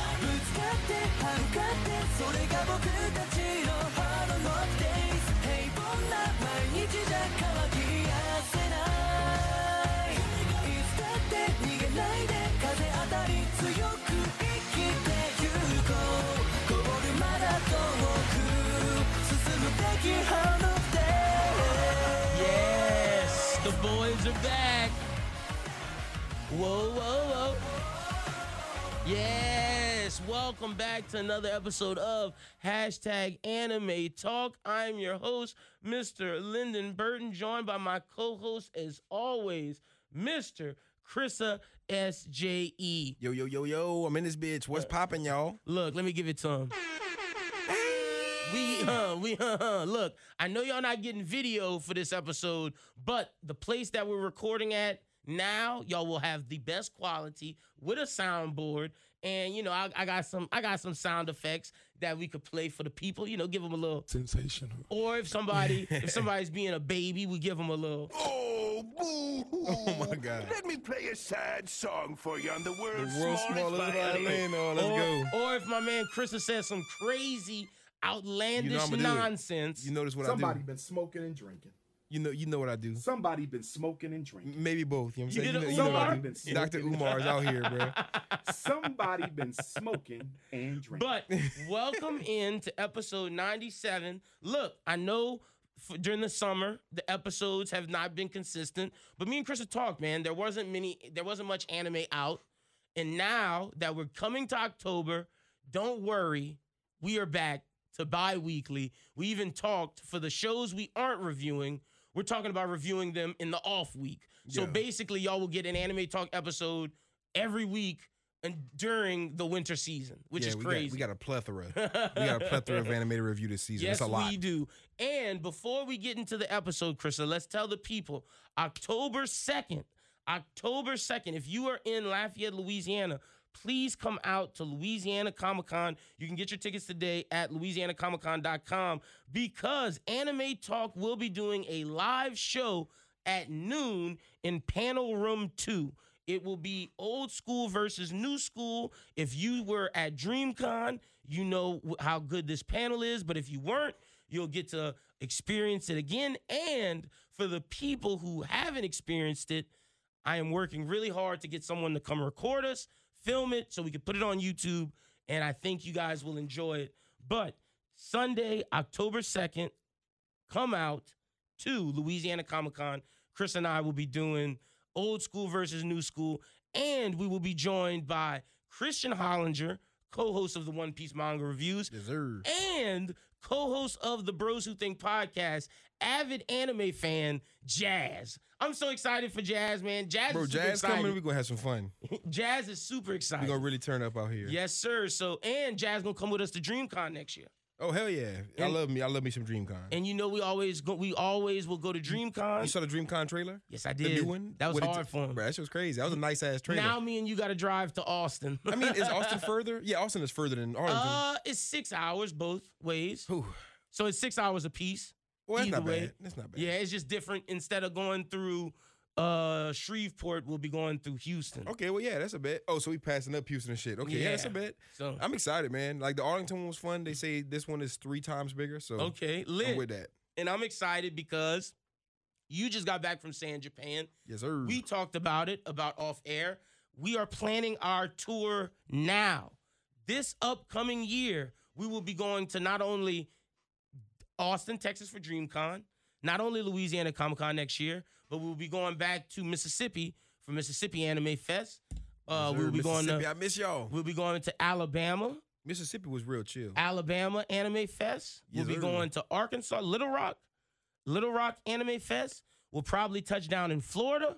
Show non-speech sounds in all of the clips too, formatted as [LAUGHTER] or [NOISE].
って歯向かってそれが僕たちの Hard on off days 平凡な毎日じゃ乾きやせないいつだって逃げないで風当たり強く生きてゆこうゴールまだ遠く進むべき Hard on off days Yes, the boys are back. Whoa, whoa, whoa. Yes, welcome back to another episode of hashtag anime talk. I'm your host, Mr. Lyndon Burton, joined by my co host, as always, Mr. Chrissa SJE. Yo, yo, yo, yo, I'm in this bitch. What's poppin', y'all? Look, let me give it to him. We, huh, we, huh, huh. Look, I know y'all not getting video for this episode, but the place that we're recording at now, y'all will have the best quality with a soundboard. And you know, I, I got some, I got some sound effects that we could play for the people. You know, give them a little Sensational. Or if somebody, if somebody's being a baby, we give them a little. Oh, boo! [LAUGHS] Oh my God. Let me play a sad song for you on the The world's, world's smallest violin. Oh, let's or, go. or if my man Chris has said some crazy, outlandish I'ma do it. nonsense. You notice what I Somebody do? been smoking and drinking. You know, you know what I do. Somebody been smoking and drinking. Maybe both. You know what You I'm saying? did a know what I Umar? do. Been smoking. Dr. Umar's out here, bro. Somebody been smoking and drinking. But welcome in to episode 97. Look, I know f during the summer the episodes have not been consistent, but me and Chris have talked, man. There wasn't many, there wasn't much anime out, and now that we're coming to October, don't worry, we are back to bi-weekly. We even talked for the shows we aren't reviewing. We're talking about reviewing them in the off week. So Yeah. basically, y'all will get an anime talk episode every week and during the winter season, [LAUGHS] which yeah, is we crazy. Got, we got a plethora. We [LAUGHS] got a plethora of animated review this season. Yes, it's a lot. we do. And before we get into the episode, Krista, let's tell the people October 2nd, October 2nd, if you are in Lafayette, Louisiana, please come out to Louisiana Comic Con. You can get your tickets today at louisianacomiccon.com because Anime Talk will be doing a live show at noon in Panel Room 2. It will be old school versus new school. If you were at DreamCon, you know wh- how good this panel is, but if you weren't, you'll get to experience it again. And for the people who haven't experienced it, I am working really hard to get someone to come record us, film it, so we can put it on YouTube. And I think you guys will enjoy it. But Sunday, October 2nd, come out to Louisiana Comic Con. Chris and I will be doing old school versus new school, and we will be joined by Christian Hollinger, co host of the One Piece manga reviews, Yes, sir. and co-host of the Bros Who Think podcast, avid anime fan Jazz. I'm so excited for Jazz, man. Jazz, Bro, is super Jazz coming. We're excited. going to have some fun. Jazz is super We're excited. going to really turn up out here. yes, sir. So, and Jazz gonna come with us to DreamCon next year. Oh, hell yeah. I And- love me. I love me some DreamCon. And you know we always go, we always will go to You DreamCon. saw the DreamCon trailer? Yes, I The did. new one? That was What it- hard for him. Bro, that shit was crazy. That was a nice ass trailer. Now me and you got to drive to Austin. [LAUGHS] I mean, is Austin further? Yeah, Austin is further than Arlington. uh, it's six hours both ways, Whew. so it's six hours apiece. well, that's either not way. bad. That's not bad. Yeah, it's just different. Instead of going through uh Shreveport, we'll be going through Houston. Okay, well, yeah, that's a bet. Oh, so we passing up Houston and shit. Okay, yeah, that's a Yeah. bet. So I'm excited, man. Like the Arlington one was fun. They say this one is three times bigger, so okay, I'm lit. with that. And I'm excited because you just got back from saying Japan. Yes, sir. We talked about it about off air. We are planning our tour now. This upcoming year, we will be going to not only Austin, Texas for DreamCon, not only Louisiana Comic Con next year, but we'll be going back to Mississippi for Mississippi Anime Fest. Uh, Yes, sir. we'll be going Mississippi. to I miss y'all. We'll be going to Alabama, Mississippi was real chill. Alabama Anime Fest. We'll Yes, be sir. going to Arkansas, Little Rock, Little Rock Anime Fest. We'll probably touch down in Florida,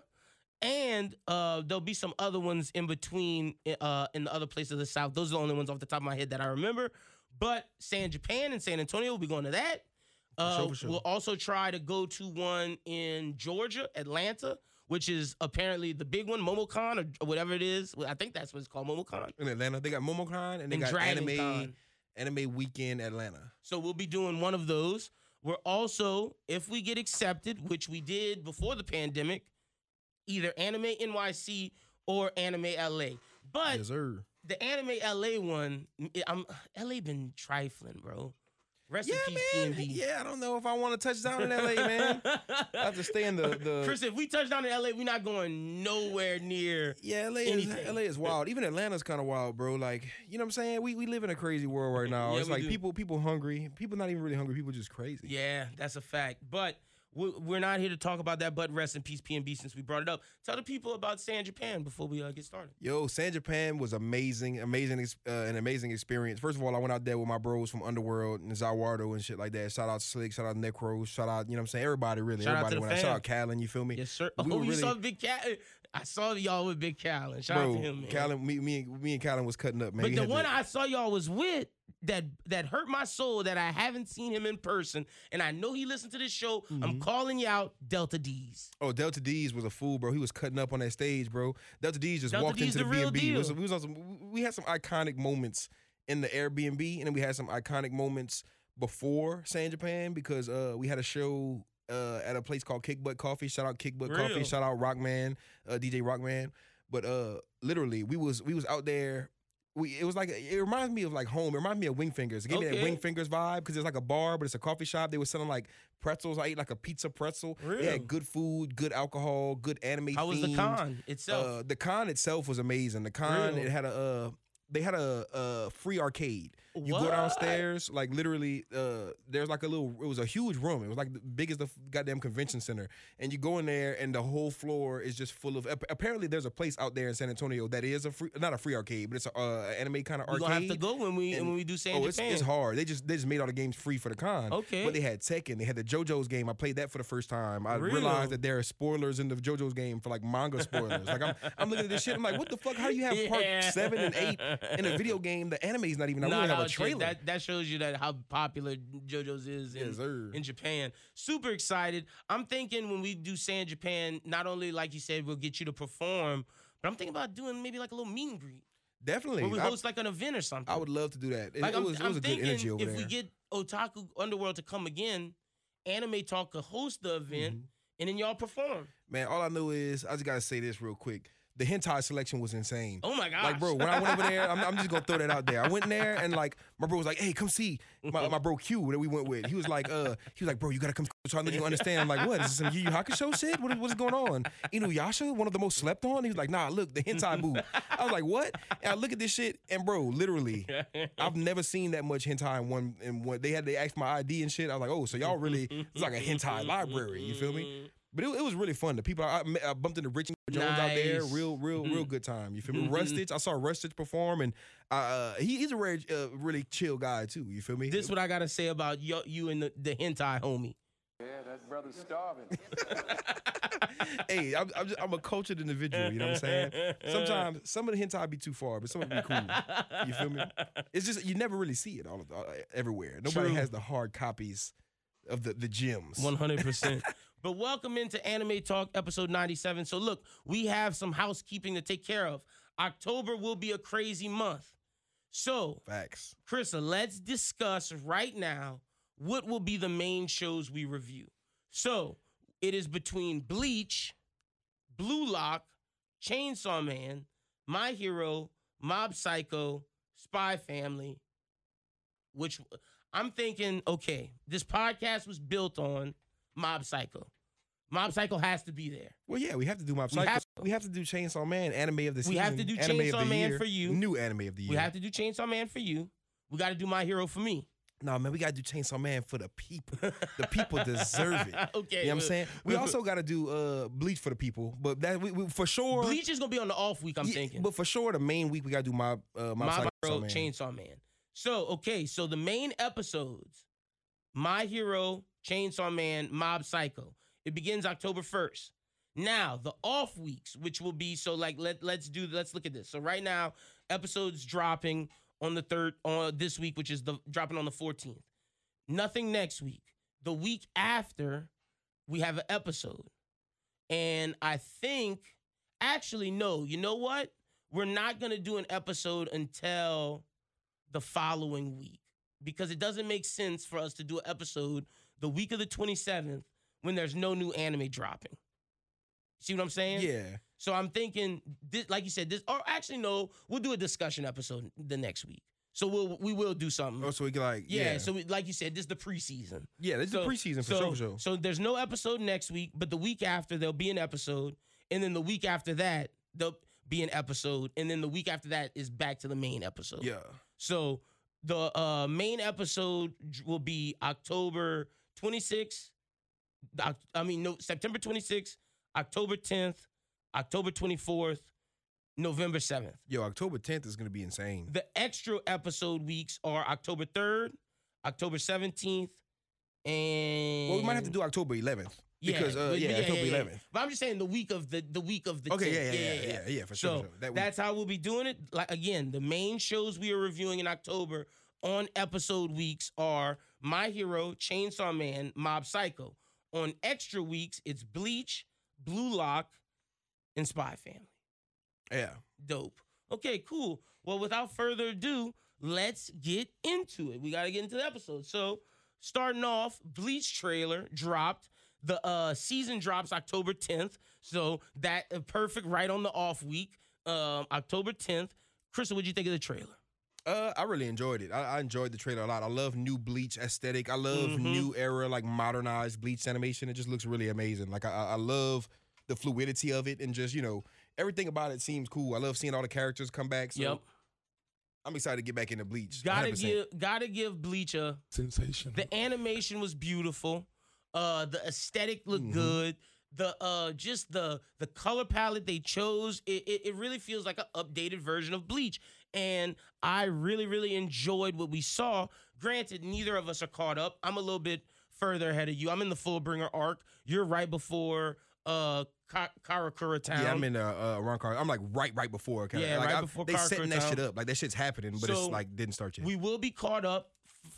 and uh, there'll be some other ones in between uh, in the other places of the South. Those are the only ones off the top of my head that I remember. But San Japan and San Antonio, we'll be going to that. Uh, sure, for sure. We'll also try to go to one in Georgia, Atlanta, which is apparently the big one, MomoCon or whatever it is. Well, I think that's what it's called, MomoCon. In Atlanta, they got MomoCon and they And got Dragon anime Con. anime weekend Atlanta. So we'll be doing one of those. We're also, if we get accepted, which we did before the pandemic, either Anime NYC or Anime LA. But yes, sir. the anime LA one, I'm LA been trifling, bro. Rest Yeah, in peace, man. PNB. Yeah, I don't know if I want to touch down in LA, [LAUGHS] man. I have to stay in the the. Chris, if we touch down in LA, we're not going nowhere near. yeah, LA is, anything. LA is wild. Even Atlanta's kind of wild, bro. Like, you know what I'm saying? We we live in a crazy world right now. Yeah, it's we like do. people people hungry. People not even really hungry. People just crazy. Yeah, that's a fact. But we- we're not here to talk about that. But rest in peace, PNB. Since we brought it up, tell the people about San Japan before we uh, get started. Yo, San Japan was amazing, amazing, ex- uh, an amazing experience. First of all, I went out there with my bros from Underworld and Zawardo and shit like that. Shout out Slick, shout out Necro, shout out, you know what I'm saying? Everybody, really. Shout out everybody to the went out. Shout out fans. Callan, you feel [LAUGHS] me? Yes, sir. We oh, were you really- saw Big Cat. I saw y'all with Big Cal. And shout Bro, out to him, man. Callan, me, me, and- me and Callan was cutting up, man. but We the had to- one I saw y'all was with that that hurt my soul that I haven't seen him in person, and I know he listened to this show. Mm-hmm. I'm calling you out, Delta D's. Oh, Delta D's was a fool, bro. He was cutting up on that stage, bro. Delta D's just Delta walked D's into the the, real B&B. We, was, deal. we was on some, we had some iconic moments in the Airbnb, and then we had some iconic moments before San Japan because uh, we had a show uh, at a place called Kick Butt Coffee. Shout out Kick Butt Real. Coffee. Shout out Rockman, uh, DJ Rockman. But uh, literally, we was we was out there. We, it was like it reminds me of like home. It reminds me of Wing Fingers. It gave me Okay. that Wing Fingers vibe because it's like a bar, but it's a coffee shop. They were selling like pretzels. I ate like a pizza pretzel. They Real. had good food, good alcohol, good anime. How was the themed. con itself? Uh, the con itself was amazing. The con Real. it had a uh, they had a, uh free arcade. You What? go downstairs, like literally, uh, there's like a little. It was a huge room. It was like the biggest the goddamn convention center. And you go in there, and the whole floor is just full of. ap- Apparently, there's a place out there in San Antonio that is a free, not a free arcade, but it's a uh, anime kind of We're arcade. gonna have to go when we and- when we do San Japan. Oh, it's, it's hard. They just they just made all the games free for the con. Okay. But they had Tekken. They had the JoJo's game. I played that for the first time. I Really? realized that there are spoilers in the JoJo's game for like manga spoilers. like I'm, I'm looking at this shit. I'm like, what the fuck? How do you [LAUGHS] have Yeah. part seven and eight in a video game? The anime's not even. out. we don't have a shit, trailer. That, that shows you that how popular JoJo's is in, Yes, sir. in Japan. Super excited. I'm thinking when we do San Japan, not only like you said, we'll get you to perform, but I'm thinking about doing maybe like a little meet and greet. Definitely. Where we I, host like an event or something. I would love to do that. It, like it I'm, was, it I'm was a good thinking energy over if there. we get Otaku Underworld to come again, Anime Talk could host the event Mm-hmm. and then y'all perform. Man, all I know is I just gotta say this real quick. The hentai selection was insane. Oh my gosh. Like, bro, when I went over there, I'm, I'm just gonna throw that out there. I went in there and like my bro was like, "Hey, come see my, my bro Q that we went with." He was like, "Uh, he was like, bro, you gotta come." So I know you understand. I'm like, what is this some Yu Yu Hakusho shit? What is, what is going on? Inuyasha, one of the most slept on. He was like, "Nah, look, the hentai booth." I was like, "What?" And I look at this shit, and bro, literally, I've never seen that much hentai in one. In one, they had they asked my ID and shit. I was like, "Oh, so y'all really?" It's like a hentai library. You feel me? But it, it was really fun. The people I, I met- I bumped into Rich and Jones out there, Nice. Mm-hmm. real, real, real good time. You feel me? Mm. Rustage, I saw Rustage perform, and uh, he, he's a rare, uh, really chill guy too. You feel [LAUGHS] me? This is what I gotta say about you, you and the, the hentai homie. [LAUGHS] hey, I'm, I'm, just, I'm a cultured individual. You know what I'm saying? Sometimes some of the hentai be too far, but some of it be cool. You [LAUGHS] feel me? It's just you never really see it all, all everywhere. Nobody True. has the hard copies of the the gems. One hundred percent. But welcome into Anime Talk episode ninety-seven. So look, we have some housekeeping to take care of. October will be a crazy month. So, Facts. Krista, let's discuss right now what will be the main shows we review. So it is between Bleach, Blue Lock, Chainsaw Man, My Hero, Mob Psycho, Spy Family. Which I'm thinking, okay, this podcast was built on Mob Psycho. Mob Psycho has to be there. Well, yeah, we have to do Mob Psycho. We have have, to. to do Chainsaw Man, anime of the We season. have to do anime of Chainsaw the Man year, for you. New anime of the year. We have to do Chainsaw Man for you. We got to do My Hero for me. No, man, we gotta do Chainsaw Man for the people. The [LAUGHS] people deserve it. Okay, You know what I'm well- saying? We also gotta do uh Bleach for the people, but that we, we for sure Bleach is gonna be on the off week. I'm Yeah, thinking. But for sure the main week we gotta do my uh my, My Psycho Hero Man. Chainsaw Man. So, okay, so the main episodes My Hero, Chainsaw Man, Mob Psycho. It begins October 1st. Now, the off weeks, which will be so like let let's do let's look at this. So right now, episodes dropping on the 3rd on this week, which is the dropping on the 14th. Nothing next week. The week after, we have an episode. And I think actually no, you know what? we're not going to do an episode until the following week because it doesn't make sense for us to do an episode the week of the 27th when there's no new anime dropping. See what I'm saying? Yeah. So I'm thinking, thi- like you said, this or actually no, we'll do a discussion episode the next week. So we'll we will do something. Oh, so we can like yeah, yeah, So we, like you said, this is the preseason. yeah. This so- is preseason for so, sure. sure. So there's no episode next week, but the week after there'll be an episode, and then the week after that there'll be an episode, and then the week after that is back to the main episode. Yeah, So the uh, main episode j- will be October 26th. the Oc- I mean, no, September 26th, October 10th, October 24th, November 7th. yo, October 10th is gonna be insane. The extra episode weeks are October 3rd, October 17th, and Well, we might have to do October 11th yeah, because uh, but- yeah, but October yeah. 11th. But I'm just saying the week of the the week of the Okay, 10th. yeah, yeah, yeah, yeah, yeah, for sure. So for sure. That week- that's how we'll be doing it. Like again, the main shows we are reviewing in October on episode weeks are My Hero, Chainsaw Man, Mob Psycho. On extra weeks, it's Bleach, Blue Lock, and Spy Family. yeah. Dope. Okay, cool. Well, without further ado, let's get into it. We got to get into the episode. So, starting off, Bleach trailer dropped. The uh, season drops October 10th. So, that uh, perfect right on the off week, um, October 10th. Crystal, what'd you think of the trailer? Uh, I really enjoyed it. I, I enjoyed the trailer a lot. I love new Bleach aesthetic. I love Mhm. new era like modernized Bleach animation. It just looks really amazing. Like I, I I love the fluidity of it and just you know everything about it seems cool. I love seeing all the characters come back. So yep. I'm excited to get back into Bleach. Gotta 100%. give, gotta give Bleach a Sensation. The animation was beautiful. Uh, the aesthetic looked Mhm. good. The uh, just the the color palette they chose, it, it it really feels like an updated version of Bleach, and I really really enjoyed what we saw. Granted, neither of us are caught up. I'm a little bit further ahead of you. I'm in the Fullbringer arc. You're right before uh Ka- Karakura Town. Yeah, I'm in uh, uh Ron Car. I'm like right right before. Kinda. Yeah, like, right I- before They Car setting Cruise that shit Town. up. Like that shit's happening, but So, it's like didn't start yet. We will be caught up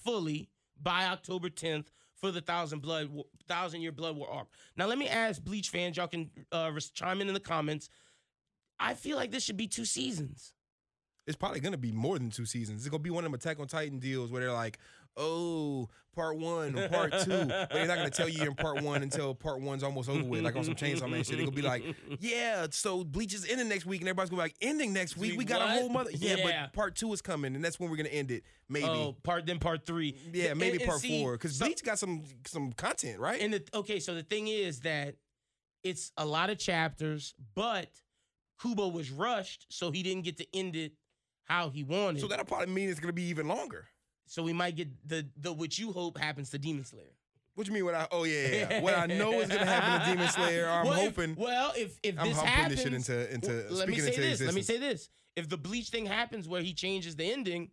fully by October 10th for the Thousand Blood Thousand Year Blood War arc. Now, let me ask Bleach fans, y'all can uh, res- chime in in the comments. I feel like this should be two seasons. it's probably gonna be more than two seasons. It's gonna be one of them Attack on Titan deals where they're like, oh, part one or part two. but they're not gonna tell you in part one until part one's almost over with, like on some chainsaw man shit. They're gonna be like, yeah, so Bleach is ending next week, and everybody's gonna be like, ending next week. Wait, We got what? a whole mother. Yeah, Yeah. but part two is coming, and that's when we're gonna end it, maybe. Oh, part then part three. Yeah, And- maybe and part see, four. Because so- Bleach got some some content, right? And the, okay, so the thing is that it's a lot of chapters, but Kubo was rushed, so he didn't get to end it how he wanted. so So, that'll probably mean it's gonna be even longer. we might get the the what you hope happens to Demon Slayer. What you mean? What I? Oh yeah, yeah, yeah. what I know is gonna happen to Demon Slayer. [LAUGHS] Or I'm Well, if- hoping. well, if if I'm this hoping happens, this shit into into w- let me speaking say into this. existence. Let me say this. If the bleach thing happens where he changes the ending,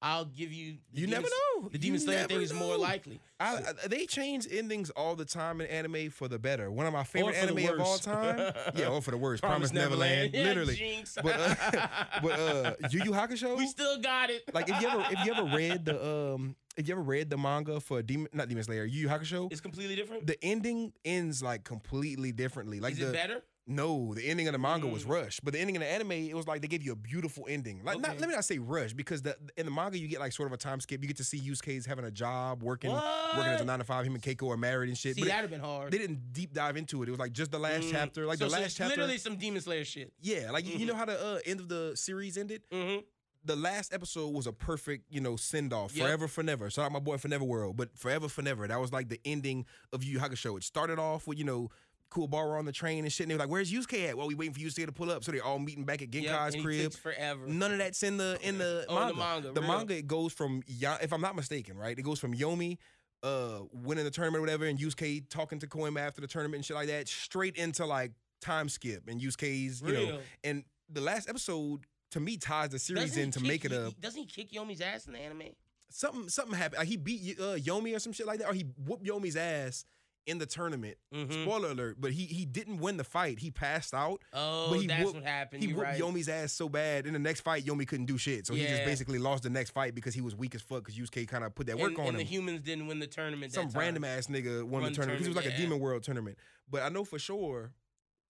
I'll give you. the You never Demon- know. The demon You slayer never thing is more know. likely. I, I- they change endings all the time in anime for the better. One of my favorite for the anime of all worse. [LAUGHS] time. yeah, or for the worst. Promise, Neverland. Yeah, Literally. jinx. But uh, [LAUGHS] but uh, Yu Yu [LAUGHS] Hakusho. we still got it. like if you ever if you ever [LAUGHS] read the um if you ever read the manga for Demon not Demon Slayer Yu Yu Hakusho. it's completely different. The ending ends like completely differently. Like is the it better? no, the ending of the manga was Mm. rushed, but the ending of the anime it was like they gave you a beautiful ending. Like not, Okay. let me not say rush because the in the manga you get like sort of a time skip. You get to see Yusuke's having a job, working working as a What? nine to five. Him and Keiko are married and shit. See, but it- that'd have been hard. they didn't deep dive into it. It was like just the last Mm. chapter, like So- the so last it's chapter. Literally some demon slayer shit. yeah, like you- you know Mhm. how the uh, end of the series ended. hmm The last episode was a perfect, you know, send off. Yep. Forever, forever. Shout out my boy Forever World, but Forever, forever. That was like the ending of Yu Yu Hakusho. It started off with you know. Cool bar on the train and shit. And they were like, "Where's Yusuke at?" Well, we waiting for Yusuke to pull up. So they all meeting back at Genkai's crib. forever. None of that's in the in the Oh, in manga. the manga, The real. manga, it goes from Ya- if I'm not mistaken, right? It goes from Yomi uh winning the tournament or whatever, and Yusuke talking to Koima after the tournament and shit like that, straight into like time skip and Yusuke's, you know, Real. and the last episode to me ties the series Doesn't he in to kick- make it he- a he- Doesn't he kick Yomi's ass in the anime? something something happened. Like he beat uh, Yomi or some shit like that, or he whooped Yomi's ass in the tournament. Mhm. Spoiler alert, but he he didn't win the fight. He passed out. Oh, But he that's whooped- what happened. He You're whooped right. Yomi's ass so bad in the next fight, Yomi couldn't do shit. So he just Yeah. basically lost the next fight because he was weak as fuck because Yusuke kind of put that and, work on and him. the humans didn't win the tournament. Some that time. random ass nigga won the Won the tournament. 'cause He was like tournament, a yeah. Demon World tournament. But I know for sure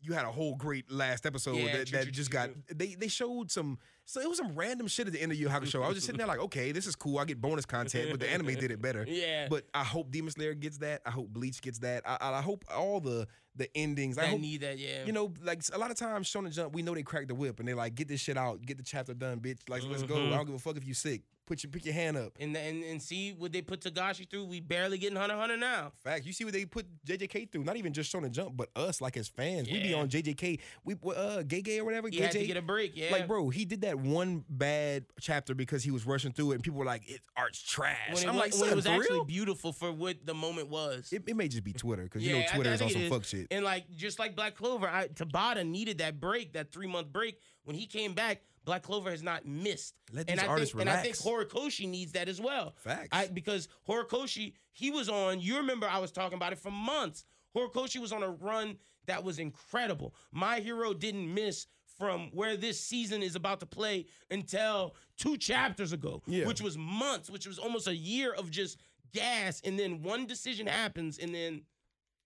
you had a whole great last episode Yeah, that, true, that true, just true, got true. they they showed some So it was some random shit at the end of Yu Yu Hakusho. I was just sitting there like, okay, this is cool. I get bonus content, but the anime did it better. [LAUGHS] Yeah. But I hope Demon Slayer gets that. I hope Bleach gets that. I, I, I hope all the the endings. I I hope need that, yeah. you know, like a lot of times Shonen Jump, we know they crack the whip and they like get this shit out, get the chapter done, bitch. Like let's go. I Mhm. don't give a fuck if you sick. Put your pick your hand up. and, and and see what they put Tagashi through. We barely getting Hunter x Hunter now. Facts. You see what they put JJK through? Not even just Shonen Jump, but us like as fans. We be Yeah. on JJK. We uh gay gay or whatever. He Gay had to Jay? get a break, yeah. Like, bro, he did that one bad chapter because he was rushing through it, and people were like, "It art's trash." when it, I'm wa- like, when "Son, it was for actually real?" beautiful for what the moment was. It, it may just be Twitter because you Yeah, know I- Twitter I is on think some it fuck shit. And like just like Black Clover, I, Tabata needed that break, that three month break. When he came back, Black Clover has not missed. Let and these I artists think, And I think Horikoshi needs that as well. Facts. I, because Horikoshi, he was on. You remember I was talking about it for months. Horikoshi was on a run that was incredible. My hero didn't miss from where this season is about to play until two chapters ago, Yeah. which was months, which was almost a year of just gas. And then one decision happens, and then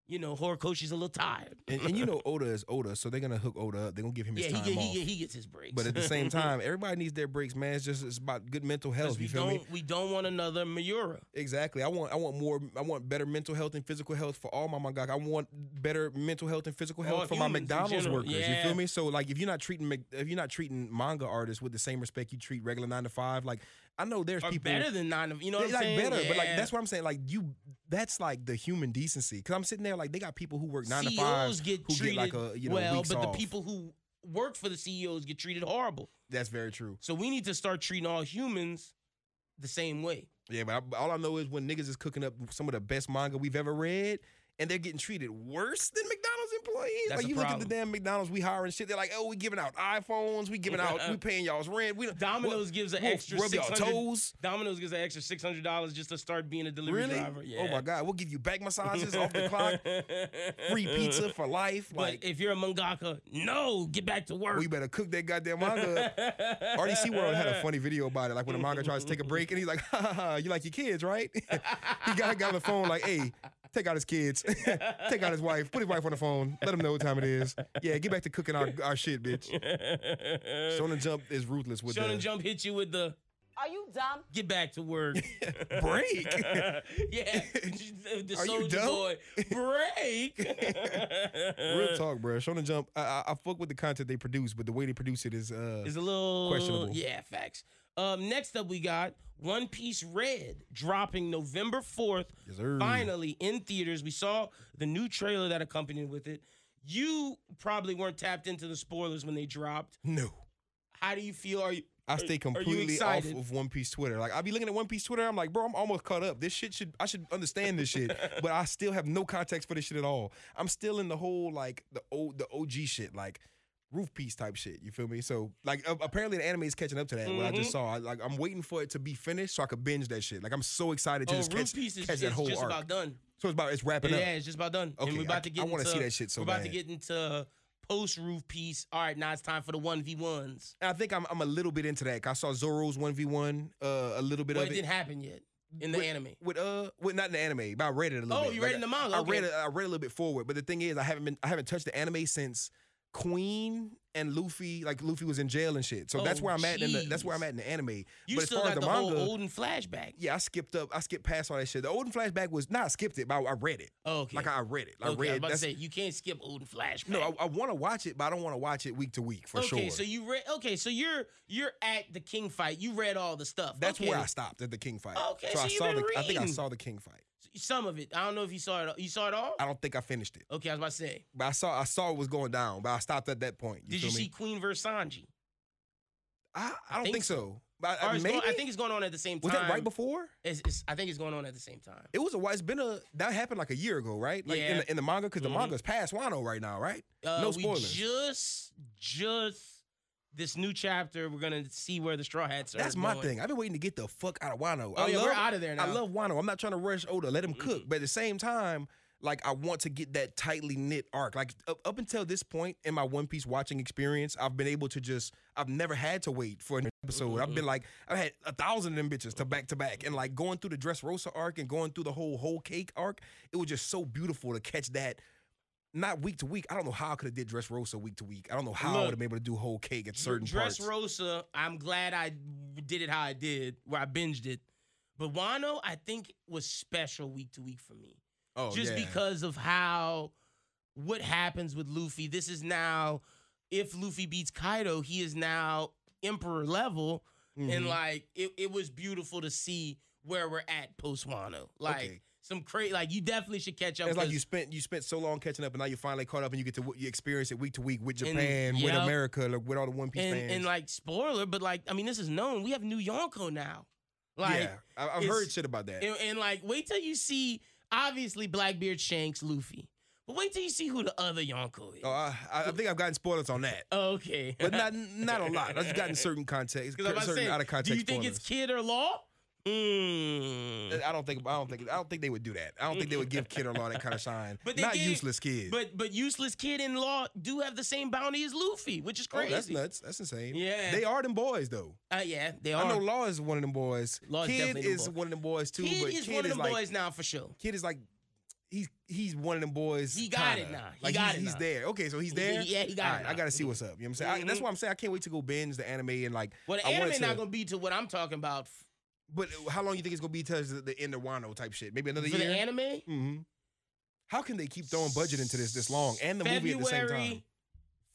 you know Horikoshi's a little tired. and, and you know Oda is Oda, so they're gonna hook Oda up. They're gonna give him his yeah, he, time get, off. he, get, he gets his breaks. but at the same time, everybody needs their breaks, man. It's just it's about good [LAUGHS] mental 'Cause health. we You feel don't me? we don't want another Miura. Exactly. I want I want more. I want better mental health and physical health for all my mangaka. I want better mental health and physical health All for my Oh, humans in McDonald's general, workers. You yeah. feel me? So like, if you're not treating Mc- if you're not treating manga artists with the same respect you treat regular nine to five, like I know there's Or people better than nine. of- You know what they I'm like saying? better, but like Yeah. that's what I'm saying. Like you, that's like the human decency. Because I'm sitting there like they got people who work nine to CEOs five E get who treated get like a you know well, weeks but off. the people who work for the CEOs get treated horrible. That's very true. So we need to start treating all humans the same way. Yeah, but I, but all I know is when niggas is cooking up some of the best manga we've ever read, and they're getting treated worse than McDonald's employees. That's like a you look problem. at the damn McDonald's we hiring shit. They're like, oh, we giving out iPhones, we giving out, we paying y'all's rent. We don't- Domino's what- gives an we'll extra rub y'all 600 toes. Domino's gives an extra six hundred dollars just to start being a delivery Really? driver. Yeah. Oh my god, we'll give you back massages off the [LAUGHS] clock, free pizza for life. But Like if you're a mangaka, no, get back to work. Well, you better cook that goddamn manga. up. RDC World had a funny video about it, like when a manga tries to take a break and he's like, ha ha ha, you like your kids, right? [LAUGHS] he got, got on the phone like, hey, take out his kids, [LAUGHS] take out his wife, put his wife on the phone, let him know what time it is. Yeah, get back to cooking our, our shit, bitch. Shonen Jump is ruthless with Shonen the Jump hit you with the Are you dumb? get back to [LAUGHS] work. break. yeah, [LAUGHS] the Are you soldier dumb? boy [LAUGHS] break. [LAUGHS] Real talk, bro. Shonen Jump, I, I, I fuck with the content they produce, but the way they produce it is, uh, is a little Questionable. Yeah, facts. Um, next up, we got One Piece Red dropping November fourth. Yes, sir. Finally in theaters, we saw the new trailer that accompanied with it. You probably weren't tapped into the spoilers when they dropped. no. How do you feel? Are you? I stay are you completely off excited? of One Piece Twitter. Like I be looking at One Piece Twitter, I'm like, bro, I'm almost caught up. This shit should I should understand this [LAUGHS] shit, but I still have no context for this shit at all. I'm still in the whole like the old the OG shit, like roof piece type shit. You feel me? So like a- apparently the anime is catching up to that. What I just Mm-hmm. saw, I, like I'm waiting for it to be finished so I could binge that shit. Like I'm so excited to Oh, just Root catch, Piece is, catch that is whole just arc. about done. so it's about it's wrapping yeah, up. it's just about done. and Okay, we're I- about to get. I wanna into- see that shit so We're about to bad. get into post roof piece. All right, now it's time for the one v ones. And I think I'm I'm a little bit into that. 'cause I saw Zoro's one v one, uh, a little bit But of it it. didn't happen yet in the with, anime. With uh, with not in the anime, but I read it a little Oh, bit. you read it in the manga, I okay. read it. I read a little bit forward, but the thing is, I haven't been. I haven't touched the anime since Queen and Luffy. Like Luffy was in jail and shit. So that's Oh, where I'm at. In the, that's where I'm jeez. at in the anime. You but still as far got as the, the, manga, whole Odin flashback. yeah, I skipped up. I skipped past all that shit. The Odin flashback was not I skipped it, but I, I read it. Oh, okay. Like I read it. I okay, read. I was about to that's, say you can't skip Odin flashback. no, I, I want to watch it, but I don't want to watch it week to week for okay, sure. so you read. Okay, so you're you're at the king fight. You read all the stuff. that's okay. where I stopped at the king fight. Okay, so I you've saw been the. I think I reading. saw the king fight. Some of it. I don't know if you saw it. all- You saw it all. I don't think I finished it, Okay, I was about to say. but I saw I saw it was going down, but I stopped at that point. You Did feel you me? see Queen versus Sanji? I, I don't think think, so. so. But Or I, it's Uh, maybe going- I think it's going on at the same time. was that right before? It's, it's, I think it's going on at the same time. It was a while. It's been a that happened like a year ago, right? Like Yeah. in, the, in the manga because Mhm. the manga's past Wano right now, right? Uh, no We spoilers. just just this new chapter. We're gonna see where the straw hats are. That's my going. thing. I've been waiting to get the fuck out of Wano. Oh, I yeah, love, we're outta there I now. love Wano. I'm not trying to rush Oda. Let him cook, Mm-hmm. but at the same time. Like I want to get that tightly knit arc. Like up, up until this point in my One Piece watching experience, I've been able to just I've never had to wait for an episode. Mm-hmm. I've been like I've had a thousand of them bitches to back to back, and like going through the Dress Rosa arc and going through the whole whole cake arc, it was just so beautiful to catch that not week to week. I don't know how I could have did dress rosa week to week. I don't know how I Look, would have been able to do whole cake at certain Dress parts. Rosa, I'm glad I did it how I did, where I binged it. But Wano, I think was special week to week for me, oh, just yeah. because of how what happens with Luffy. This is now, if Luffy beats Kaido, he is now Emperor level, and Mhm. like it, it was beautiful to see where we're at post Wano. Like Okay. some crazy, like you definitely should catch up. it's like 'cause- you spent you spent so long catching up, and now you finally caught up, and you get to w- you experience it week to week with And- Japan, with yep. America, like, with all the One Piece and, fans. and like spoiler, but like I mean, this is known. We have New Yonko now. Like. yeah, I, I've it's- heard shit about that. And, and, like, wait till you see, obviously, Blackbeard, Shanks, Luffy. But wait till you see who the other Yonko is. oh, I, I I think I've gotten spoilers on that, okay. [LAUGHS] but not not a lot. I've just gotten certain context, Because I'm certain about to say, out of context. do you think it's spoilers. Kid or Law? Mm. I don't think I don't think I don't think they would do that. I don't think they would give Kid or Law that kind of shine. [LAUGHS] But they not gave- useless kid. But but useless Kid and Law do have the same bounty as Luffy, which is oh, crazy. that's nuts. That's insane. Yeah. they are them boys though. Uh, yeah, they I are. know Law is one of them boys. Law is Kid definitely them is boys. one of them boys too. Kid but is Kid one of is the like, boys now for sure. Kid is like he's he's one of them boys. He got it kinda. now. He like got he's, it he's now. there. Okay, so he's He- there. yeah, he got it Alright, I now. gotta see what's up. You know what I'm saying? I- that's Mhm. why I'm saying I can't wait to go binge the anime and like. Well, the I wanted anime not to- gonna be to what I'm talking about f- But how long you think it's gonna be till the, the end of Wano type shit? Maybe another for the year. anime. mm-hmm. How can they keep throwing budget into this this long and the movie at the same time?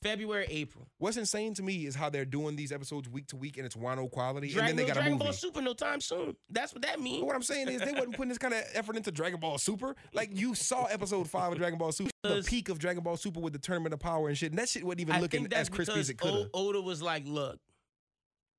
February, April. What's insane to me is how they're doing these episodes week to week and it's Wano quality, Dragon, and then they Ball- got a Dragon movie. Ball Super no time soon. That's what that But means. what I'm saying is they wasn't putting this kind of effort into Dragon Ball Super. Like you saw episode five of Dragon Ball Super, the Because- peak of Dragon Ball Super with the tournament of power and shit. And that shit wasn't even looking as crispy as it could because have. O- Oda was like, "Look,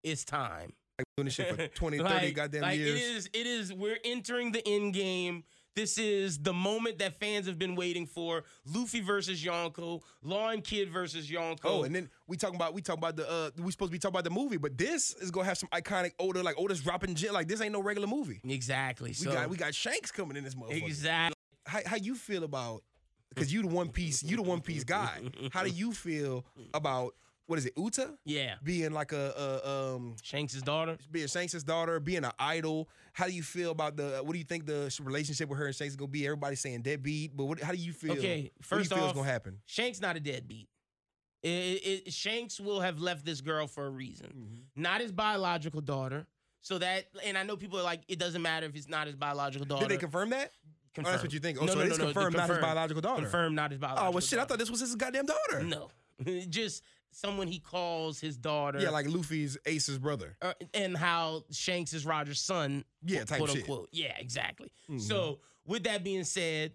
it's time." Like doing this shit [LAUGHS] for 20, 30 like, goddamn like, years. It is. It is. We're entering the end game. This is the moment that fans have been waiting for: Luffy versus Yonko, Law and Kid versus Yonko. Oh, and then we talking about we talking about the uh we supposed to be talking about the movie, but this is gonna have some iconic Oda like Oda's dropping shit. Like this ain't no regular movie. exactly. We so got we got Shanks coming in this motherfucker. exactly. how, how you feel about because you the One Piece you the One Piece guy. How do you feel about what is it Uta Yeah, being like a, a um Shanks' daughter. being Shanks' daughter, being an idol. How do you feel about the? What do you think the relationship with her and Shanks is gonna be? Everybody's saying deadbeat, but what, how do you feel? Okay, what do you first feel is off, gonna happen? Shanks not a deadbeat. It, it, it- Shanks will have left this girl for a reason, not his biological daughter. So that, and I know people are like, it doesn't matter if it's not his biological daughter. Did they confirm that? Oh, that's what you think. Oh, so it's they confirmed, not his biological daughter. Confirmed, not his biological. Oh well, shit! I thought this was his goddamn daughter. daughter. no, [LAUGHS] just someone he calls his daughter. Yeah, like Luffy's Ace's brother. uh, and how Shanks is Roger's son. Yeah, type quote shit. unquote. Yeah, exactly. Mhm. So with that being said,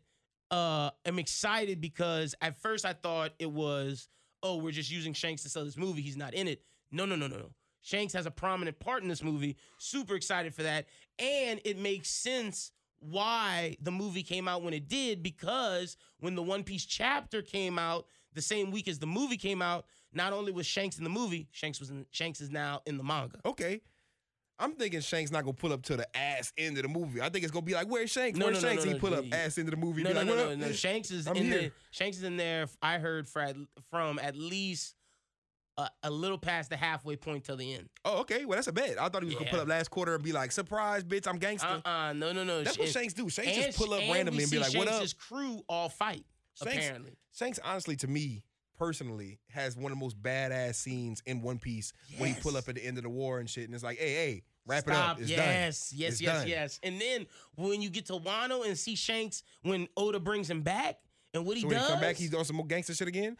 uh, I'm excited because at first I thought it was, oh, we're just using Shanks to sell this movie. He's not in it. No, no, no, no, no. Shanks has a prominent part in this movie. Super excited for that, and it makes sense why the movie came out when it did because when the One Piece chapter came out the same week as the movie came out, not only was Shanks in the movie, Shanks was in, Shanks is now in the manga. Okay. I'm thinking Shanks not gonna pull up to the ass end of the movie. I think it's gonna be like, where's Shanks? No, where's no, no, Shanks? no, he no, pull up he- ass into the movie. No, be no, like, no, what no, up? no. Shanks is I'm in here. there. Shanks is in there. f- I heard for at, from at least a, a little past the halfway point till the end. Oh, okay. Well, that's a bet. I thought he was gonna Yeah. pull up last quarter and be like, surprise, bitch, I'm gangster. Uh, uh no, no, no. That's what Sh- Shanks do. Shanks and just pull up sh- and randomly we and be see like, "What up?" Shanks' crew all fight. Shanks- apparently, Shanks, honestly, to me personally, has one of the most badass scenes in One Piece when he pull Yes. up at the end of the war and shit, and it's like, "Hey, hey, wrap Stop. it up, it's done." yes, yes, It's yes, done. yes. And then when you get to Wano and see Shanks when Oda brings him back and what he So when does. he come back, he's on some more gangster shit again.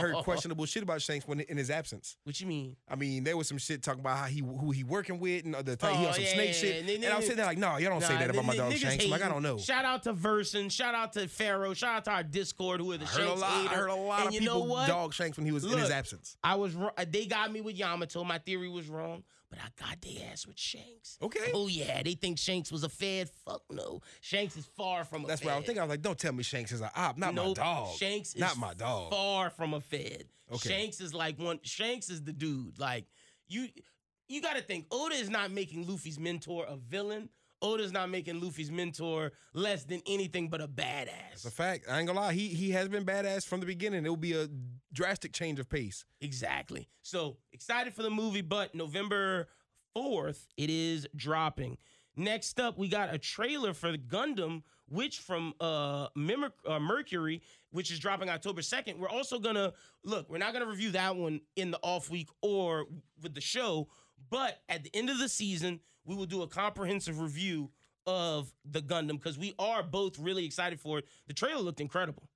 [LAUGHS] heard questionable shit about Shanks when in his absence. What you mean? I mean, there was some shit talking about how he who he working with and other type. he Oh, on some yeah, snake yeah, shit, yeah. and I'm sitting there like, "No, you don't say Nah, that about n- my n- dog niggas Shanks." I'm like, I hating. don't know. Shout out to Verson. Shout out to Pharaoh. Shout out to our Discord who are the I Shanks heard a lot. I hater. heard a lot and of you people know what? dog Shanks when he was in his Look, absence. I was wrong. They got me with Yamato. My theory was wrong, but I got their ass with Shanks. Okay. Oh yeah, they think Shanks was a fed. Fuck no, Shanks is far from a. That's fed. what I was thinking. I was like, "Don't tell me Shanks is an op, not Eh. Nope, my dog." Shanks is not my dog. far from a fed. Okay. Shanks is like one. Shanks is the dude. Like you, you got to think. Oda is not making Luffy's mentor a villain. Oda's not making Luffy's mentor less than anything but a badass. It's a fact. I ain't gonna lie. He he has been badass from the beginning. It will be a drastic change of pace. Exactly. So excited for the movie, but November 4th, it is dropping. Next up, we got a trailer for Gundam, which from uh, Mimir- uh Mercury, which is dropping October 2nd. We're also gonna look, we're not gonna review that one in the off week or with the show, but at the end of the season, we will do a comprehensive review of the Gundam because we are both really excited for it. The trailer looked incredible.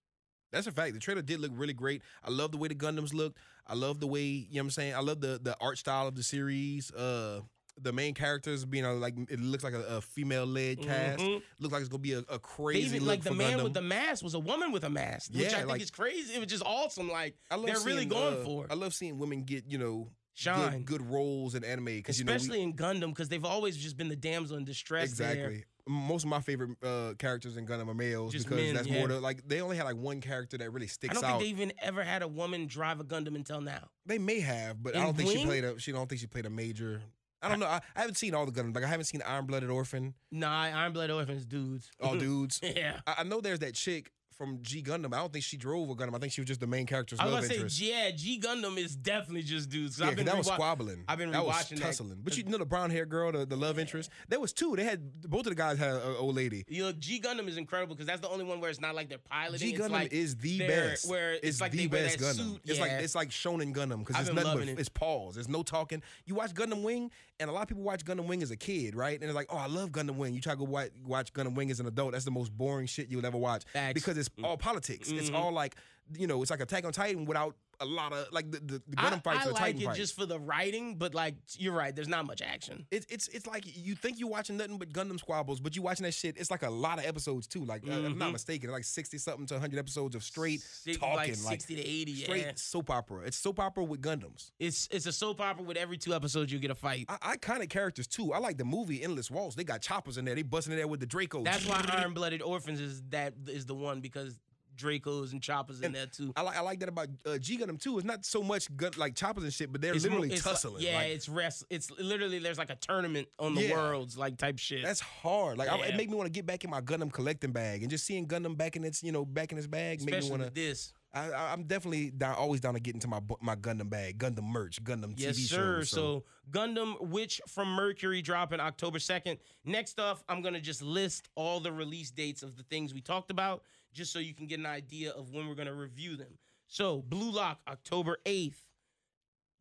That's a fact. The trailer did look really great. I love the way the Gundams looked. I love the way, you know what I'm saying? I love the the art style of the series. Uh the main characters being uh, like it looks like a, a female led cast. Mhm. Looks like it's gonna be a, a They crazy even look like the for man Gundam. with the mask was a woman with a mask, Yeah, which I think like- is crazy. It was just awesome. Like I love they're really seeing, going uh, for I love seeing women get you know shine. Good, good roles in anime because you know we- especially in Gundam, because they've always just been the damsel in distress. There. exactly. Most of my favorite uh, characters in Gundam are males Just because men, that's yeah. more the, like they only had like one character that really I sticks don't out. think they even ever had a woman drive a Gundam until now. They may have, but I In don't think she Wing? played a. She don't think she played a major. I don't know. I, I haven't seen all the Gundams. Like I haven't seen Iron Blooded Orphan, Nah, Iron Blood Orphans dudes. [LAUGHS] all dudes. yeah. I, I know there's that chick from G Gundam. I don't think she drove a Gundam. I think she was just the main character's I was love gonna interest. say, yeah, G Gundam is definitely just dudes. 'cause yeah, I've 'cause been that was rewa- squabbling. I've been that was rewatching that. tussling. But you know the brown hair girl, the, the love interest. There was two. They had both of the guys had an old lady. You know, G Gundam is incredible because that's the only one where it's not like they're piloting. G it's Gundam like is the they're- best. where it's like the they wear best that Gundam. suit, It's like yeah. it's like Shonen Gundam because I've it's been nothing but loving it. it's pause. There's no talking. You watch Gundam Wing, and a lot of people watch Gundam Wing as a kid, right? And it's like, oh, I love Gundam Wing. You try to go watch, watch Gundam Wing as an adult. That's the most boring shit you'll ever watch Facts. because it's all politics. It's Mhm. all like you know, it's like Attack on Titan without a lot of like the, the, the I, Gundam fights I are like Titan it fights. just for the writing, but like you're right, there's not much action. It's it's it's like you think you're watching nothing but Gundam squabbles, but you watching that shit. It's like a lot of episodes too. Like uh, if I'm not Mhm. mistaken, like sixty something to hundred episodes of straight Six- talking, like sixty to eighty. straight Yeah. soap opera. It's soap opera with Gundams. It's it's a soap opera with every two episodes you get a fight. I- iconic characters too. I like the movie Endless Walls. They got choppers in there. They busting in there with the Draco. That's why Iron Blooded Orphans is that is the one because Dracos and Choppers in And there too. I like I like that about uh, G Gundam too. It's not so much gun, like choppers and shit, but they're It's more- literally it's like- tussling. yeah, Like, it's rest. It's literally there's like a tournament on the Yeah. worlds like type shit. that's hard. Like I- Yeah. it made me want to get back in my Gundam collecting bag and just seeing Gundam back in its you know back in its bag made especially me want to. with this. I, I- I'm definitely down, always down to get into my bu- my Gundam bag, Gundam merch, Gundam Yes, TV sir. shows. so. Gundam Witch from Mercury dropping October 2nd. Next off, I'm going to just list all the release dates of the things we talked about, just so you can get an idea of when we're going to review them. So, Blue Lock, October 8th.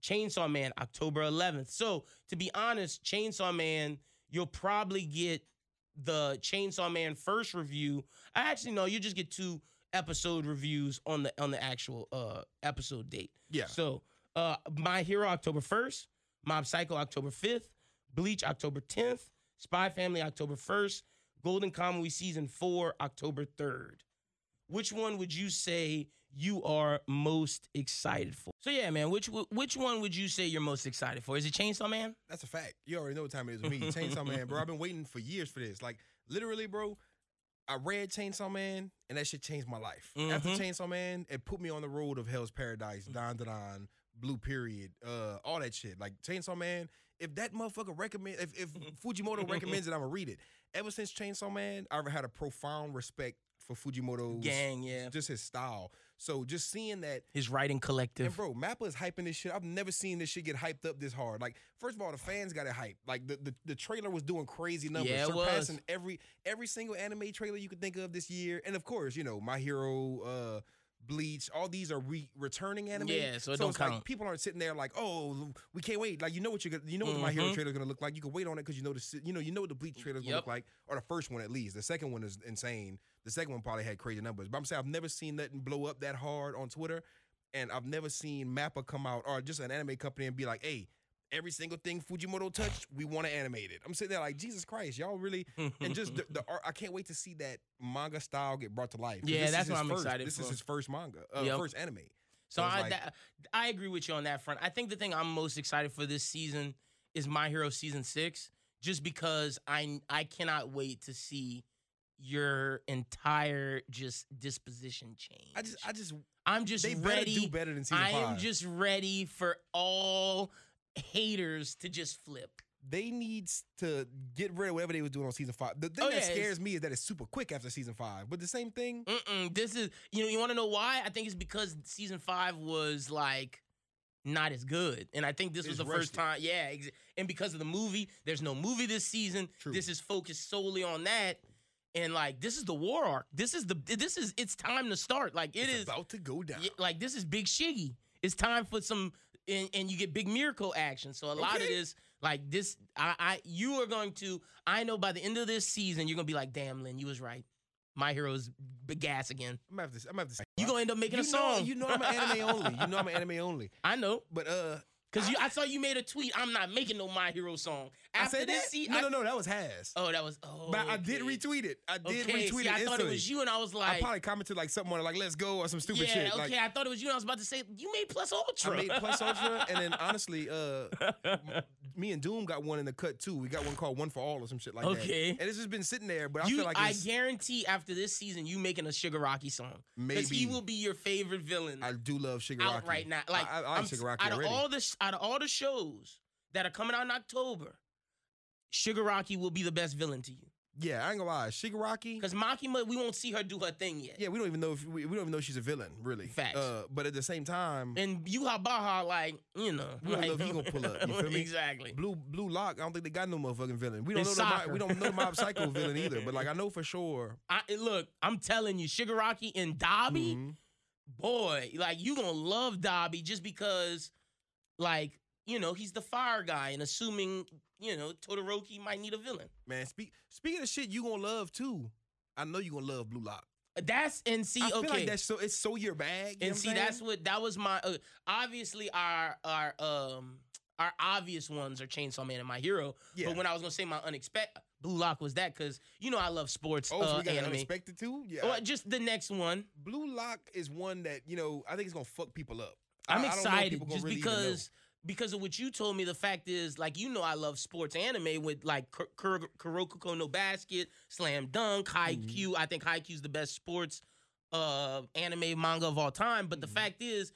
Chainsaw Man, October 11th. So, to be honest, Chainsaw Man, you'll probably get the Chainsaw Man first review. I actually no, you just get two episode reviews on the on the actual uh episode date. yeah, So, uh, My Hero October 1st, Mob Psycho October 5th, Bleach October 10th, Spy Family October 1st, Golden Kamuy Season 4 October 3rd. Which one would you say you are most excited for? So yeah, man, which which one would you say you're most excited for? Is it Chainsaw Man? that's a fact. You already know what time it is with me, Chainsaw Man, bro. I've been waiting for years for this. Like literally, bro. I read Chainsaw Man, and that shit changed my life. After Mhm. Chainsaw Man, it put me on the road of Hell's Paradise, Don Don Don, Blue Period, uh, all that shit. Like Chainsaw Man, if that motherfucker recommend, if, if Fujimoto recommends it, I'ma read it. Ever since Chainsaw Man, I've had a profound respect for Fujimoto's Gang, yeah. just his style. So just seeing that, His writing and collective. bro, Mappa is hyping this shit. I've never seen this shit get hyped up this hard. Like, first of all, the fans got it hyped. Like the, the, the trailer was doing crazy numbers, Yeah, it was. surpassing every every single anime trailer you could think of this year. And of course, you know, My Hero, uh, Bleach, all these are re- returning anime. Yeah, so it don't it's Like, count. people aren't sitting there like, oh, we can't wait. Like you know what you're gonna, you know what the My Hero Mhm. trailer is gonna look like. You can wait on it because you know the si- you know you know what the Bleach trailer is gonna Yep. look like, or the first one at least. The second one is insane. The second one probably had crazy numbers. But I'm saying I've never seen nothing blow up that hard on Twitter, and I've never seen Mappa come out or just an anime company and be like, hey. Every single thing Fujimoto touched, we want to animate it. I'm sitting there like, Jesus Christ, y'all really [LAUGHS] [LAUGHS] and just the, the art. I can't wait to see that manga style get brought to life. 'Cause Yeah, this is that's what his I'm first- excited This is for. his first manga, uh, Yep. first anime. So So it's I, like- that, I agree with you on that front. I think the thing I'm most excited for this season is My Hero season six, just because I I cannot wait to see your entire just disposition change. I just, I just, am just they better do ready. better than season I am five. just ready for all haters to just flip. they need s- to get rid of whatever they was doing on season five. The thing Oh, that yeah, it's- Mm, scares me is that it's super quick after season five. But the same thing, Mm-mm, this is you know you want to know why? I think it's because season five was like not as good. And I think this was the It's first rushed. time. Yeah, ex- and because of the movie, there's no movie this season. True. This is focused solely on that. And like this is the war arc. This is the this is it's time to start. Like it it's is about to go down. yeah, like this is big shiggy. It's time for some and, and you get big miracle action. So a lot of Okay. this, like this, I, I you are going to I know by the end of this season, you're gonna be like, damn Lynn, you was right. My hero's big gas again. I'm gonna have to. I'm gonna have to. You gonna end up making you a song. Know, you know I'm [LAUGHS] an anime only. You know I'm an anime only. I know. But uh, Cause you I saw you made a tweet. I'm not making no My Hero song. After I said this that. se- no, I- no, no. That was Has. Oh, that was oh but I did okay. retweet it. I did okay, retweet see, it. I thought it instantly. was you and I was I like probably commented like something on it, like "Let's go" or some stupid Yeah, shit. okay, Like, I thought it was you and I was about to say you made plus ultra. I made [LAUGHS] Plus Ultra, and then honestly, uh, m- me and Doom got one in the cut too. We got one called One for All or some shit like that. Okay. and it's just been sitting there. But I you, feel like I it's, guarantee after this season, you making a Shigaraki song. Because he Maybe. will be your favorite villain I do love Shigaraki out right now. Like I, I like I'm s- Shigaraki out of already. all the sh- out of all the shows that are coming out in October, Shigaraki will be the best villain to you. yeah, I ain't gonna lie, Shigaraki. Because Makima, we won't see her do her thing yet. Yeah, we don't even know if we, we don't even know she's a villain really. Facts. Uh, but at the same time, And Yuha Baha, like, you know. We don't know like- if he gonna pull up, you [LAUGHS] feel me? exactly. Blue Blue Lock, I don't think they got no motherfucking villain. We don't It's know the soccer. mob, we don't know the mob psycho [LAUGHS] villain either. But like I know for sure. I, and look, I'm telling you, Shigaraki and Dobby, Mhm. boy, like, you gonna love Dobby just because, like, you know, he's the fire guy and assuming, you know, Todoroki might need a villain. Man, speak speaking of shit you gonna love too. I know you gonna love Blue Lock. That's, and see, I feel okay. like that's so it's so your bag. you know and what see I'm that's saying? what that was my uh, obviously our our um our obvious ones are Chainsaw Man and My Hero. Yeah. But when I was gonna say my unexpected Blue Lock was that because you know I love sports Oh, so uh, we got anime. Oh, unexpected too? Yeah. Well, just the next one. Blue Lock is one that, you know, I think it's gonna fuck people up. I- I'm I don't know if excited people gonna just really even know. because because of what you told me. The fact is, like you know, I love sports anime with like Kur- Kur- Kuroko no Basket, Slam Dunk, Haikyuu. Mm-hmm. I think Haikyuu's the best sports uh, anime manga of all time. But Mm-hmm. the fact is.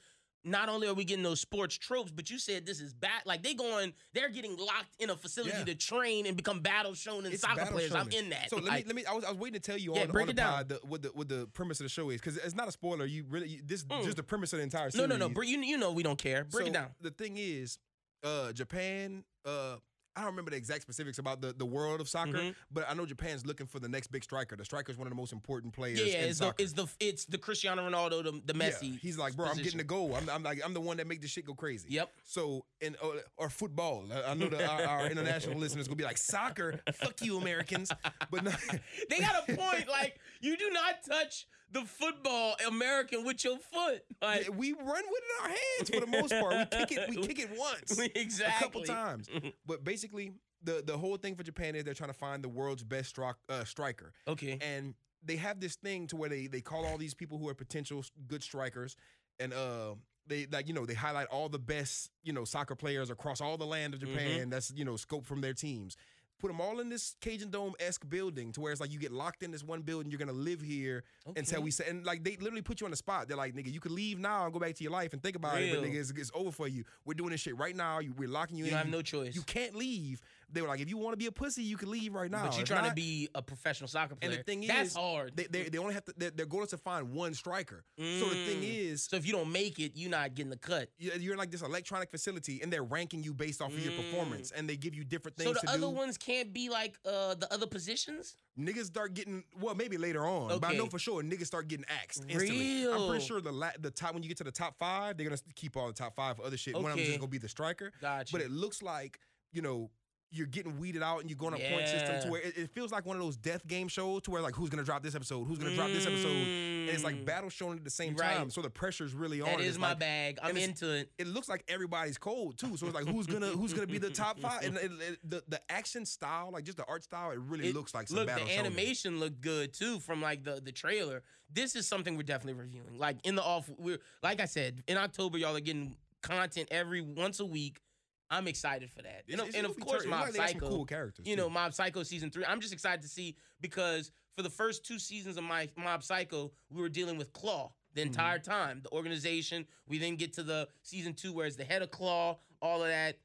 Not only are we getting those sports tropes, but you said this is bat like they going, they're getting locked in a facility Yeah. to train and become battle shonen It's soccer battle players. I'm shonen. in that. So let me Like, let me. I was, I was waiting to tell you Yeah, on, break on the it down. pod the, what the what the premise of the show is because it's not a spoiler. You really you, this Mm. just the premise of the entire no, series. no, no. Bre- you, you know we don't care. Break So, it down. The thing is, uh, Japan. Uh, I don't remember the exact specifics about the, the world of soccer, Mhm. but I know Japan's looking for the next big striker. The striker is one of the most important players. Yeah, yeah, in it's the soccer. it's the it's the Cristiano Ronaldo, the, the Yeah, Messi. He's like, bro, I'm getting position. the goal. I'm, I'm like, I'm the one that make this shit go crazy. Yep. So and or, or football. I, I know that our, our international listeners gonna be like, soccer, fuck you Americans. But no, [LAUGHS] They got a point. Like you do not touch the football American with your foot. Like Yeah, we run with it in our hands for the most part. We kick it. We kick it [LAUGHS] once, exactly. a couple times. But basically, the the whole thing for Japan is they're trying to find the world's best stri- uh, striker, Okay. and they have this thing to where they they call all these people who are potential s- good strikers, and uh. They like you know they highlight all the best you know soccer players across all the land of Japan. Mm-hmm. That's you know scope from their teams. Put them all in this Cajun Dome esque building to where it's like you get locked in this one building. You're gonna live here until Okay. we say, and like they literally put you on the spot. They're like, nigga, you could leave now and go back to your life and think about it, but Real. nigga, it's, it's over for you. We're doing this shit right now. You, we're locking you, You in. don't have no choice. You can't leave. They were like, if you want to be a pussy, you can leave right now. but you If trying to not- be a professional soccer player. And the thing that's is, hard. They, they, they only have to. Their, their goal is to find one striker. So the thing Mm. is, so if you don't make it, you're not getting the cut. you- you're in like this electronic facility, and they're ranking you based off of your Mm. performance, and they give you different things So the to other do. ones can't be like uh the other positions. niggas start getting well, maybe later on, but I know Okay. for sure niggas start getting axed instantly. I'm Real. pretty sure the la- the top when you get to the top five, they're gonna s- keep all the top five for other shit. One of them's Okay. just gonna be the striker. Gotcha. But it looks like you know you're getting weeded out and you're going on a point system Yeah. to where it, it feels like one of those death game shows to where like who's gonna drop this episode, who's gonna drop this episode, and it's like Mm. battle shown at the same Right. time. So the pressure's really on. That and is it's my like, bag. I'm and it's- into it. it looks like everybody's cold too. So it's like who's gonna who's gonna be the top five? And it- it- the the action style, like just the art style, it really It- looks like some look, battle the shonen. animation looked good too from like the the trailer. This is something we're definitely reviewing. Like in the off, we're like I said in October, y'all are getting content every once a week. I'm excited for that, and, It's- it's and gonna of be course, turn- it Mob look like they got some Psycho. cool characters. you too. know, Mob Psycho season three. I'm just excited to see because for the first two seasons of my Mob Psycho, we were dealing with Claw the Mm-hmm. entire time. The organization. We then get to the season two where it's the head of Claw. All of that.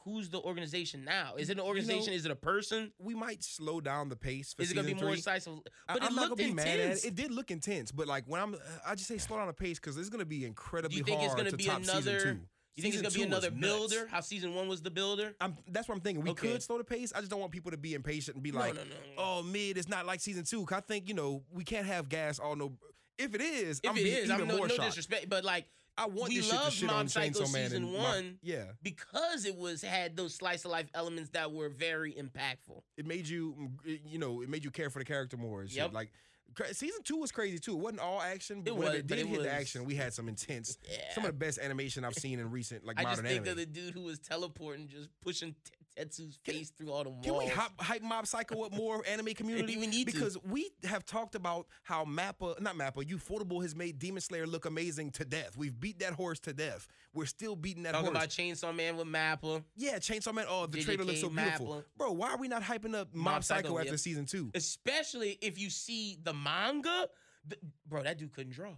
Who's the organization now? Is it an organization? is it a person? we might slow down the pace. For Is it gonna be season more three. incisive? I- But it I'm not looked gonna be mad at intense. it. It did look intense, but like when I'm, I just say slow down the pace because it's gonna be incredibly think it's hard gonna to be top another- season two. You think it's Season gonna be two was another nuts. builder? How season one was the builder? I'm, that's what I'm thinking. We Okay. could slow the pace. I just don't want people to be impatient and be like, no, no, no. "Oh, mid, it's not like season two. 'Cause I think you know we can't have gas all no. If it is, If I'm it be is, even I'm no, more no shocked. disrespect, but like I want we this shit to loved shit Mob on Psycho Chainsaw Man. season and my- one. yeah, because it was had those slice of life elements that were very impactful. it made you, mm, it- you know, it made you care for the character more. And shit. Yep. Like cra- season two was crazy too. It wasn't all action, but It when was, it but did it hit was- the action, we had some intense, Yeah. some of the best animation I've seen in recent like I just modern think anime. of the dude who was teleporting, just pushing T- Tetsu's face through all the walls. Can we hop, hype Mob Psycho up more anime community? We need to. because we have talked about how Mappa, not Mappa, Ufotable has made Demon Slayer look amazing to death. We've beat that horse to death. We're still beating that Talking horse. about Chainsaw Man with Mappa. yeah, Chainsaw Man. Oh, the JJK, trailer looks so beautiful, Mappa. bro. Why are we not hyping up Mob, Mob Psycho, Psycho, after yeah. season two? Especially if you see the manga, The- bro, that dude couldn't draw.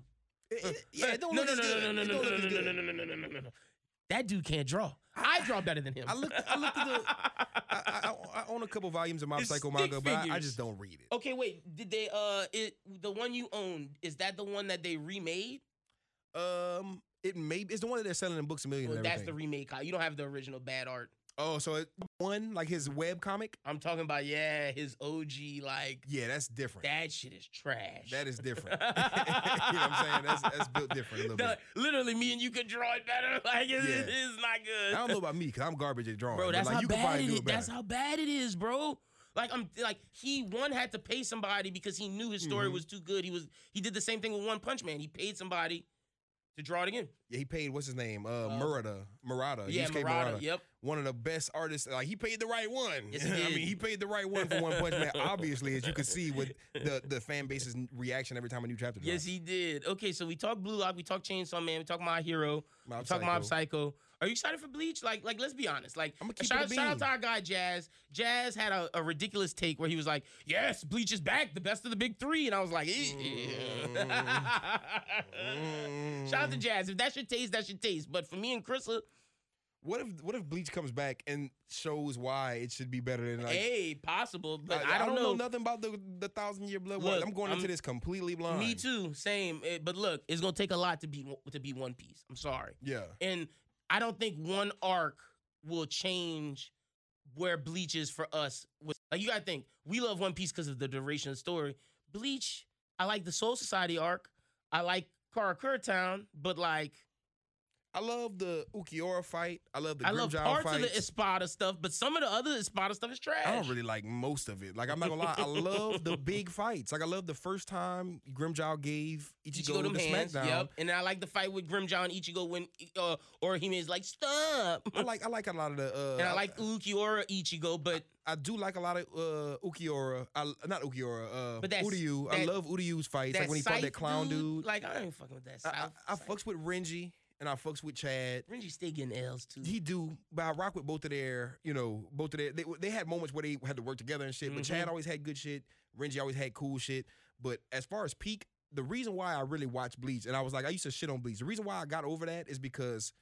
It- it- yeah, it don't uh, no, look no, as no, good. no, no, It no, don't no, look no, as no, good. no, no, no, no, no, no, no, no. That dude can't draw. [LAUGHS] I draw better than him. I looked. I looked at the. I, I, I- I own a couple volumes of Mob It's Psycho stick manga, but I, I figures. just don't read it. Okay, wait. Did they uh it the one you owned, is that the one that they remade? Um, it may it's the one that they're selling in Books a Million. Well, and that's everything. the remake. copy. You don't have the original bad art. oh, so it, one like his web comic. I'm talking about yeah, his OG like Yeah, that's different. that shit is trash. [LAUGHS] That is different. [LAUGHS] you know what I'm saying? That's, that's built different a little The- bit. literally, me and you could draw it better. [LAUGHS] Like it, Yeah. it's not I good. don't know about me because I'm garbage at drawing. bro. but, That's like, how you can bad probably it do is. it better. that's how bad it is, bro. Like I'm like he one had to pay somebody because he knew his story Mhm. was too good. He was he did the same thing with One Punch Man. He paid somebody to draw it again. yeah, he paid what's his name? Uh, Murata. Murata. yeah, Yusuke Murata. Yep. One of the best artists. Like he paid the right one. [LAUGHS] Yes, he I did. mean, he paid the right one for One Punch Man. Obviously, as you can see with the the fan base's reaction every time a new chapter. Yes, he did. Okay, so we talked Blue Lock, we talked Chainsaw Man, we talked My Hero, Mob we talked Mob Psycho. Psycho. Are you excited for Bleach? Like, like let's be honest. Like, I'ma keep it shout, a shout out bean. to our guy Jazz. Jazz had a, a ridiculous take where he was like, "Yes, Bleach is back, the best of the big three. and I was like, "Eh, eh." Mm. [LAUGHS] "Shout out to Jazz. If that's your taste, that's your taste." But for me and Chris, What if what if Bleach comes back and shows why it should be better than like hey, possible, Eh, but I, I don't, know. nothing about the the thousand year blood Look, war. I'm going I'm- into this completely blind. me too, same. Eh, But look, it's gonna take a lot to be to be One Piece. I'm sorry. Yeah. and I don't think one arc will change where Bleach is for us. With- Like you gotta think, we love One Piece because of the duration of the story. Bleach, I like the Soul Society arc. I like Karakura Town, but like I love the Ukiora fight. I love the I love Grimmjow parts of the fights. Espada stuff, but some of the other Espada stuff is trash. I don't really like most of it. Like I'm not gonna lie, I [LAUGHS] love the big fights. Like I love the first time Grimjaw gave Ichigo, Ichigo them the hands, smackdown. yep. And I like the fight with Grimjaw and Ichigo when uh, Orihime is like stop, I like I like a lot of the. Uh, and I like Ukiura Ichigo, but I do like a lot of uh, Ukiora. I, not Ukiora. Uh, But that's- Uryu. I that- love Uryu's fights. Like when he fought Scythe that clown dude. Like I ain't fucking with that. I, I, South- I Scythe. fucks with Renji and I fucks with Chad. Renji stay getting L's too. He do, but I rock with both of their, you know, both of their. They, they had moments where they had to work together and shit. But Chad Mm-hmm. always had good shit. Renji always had cool shit. But as far as peak, the reason why I really watched Bleach and I was like, I used to shit on Bleach. The reason why I got over that is because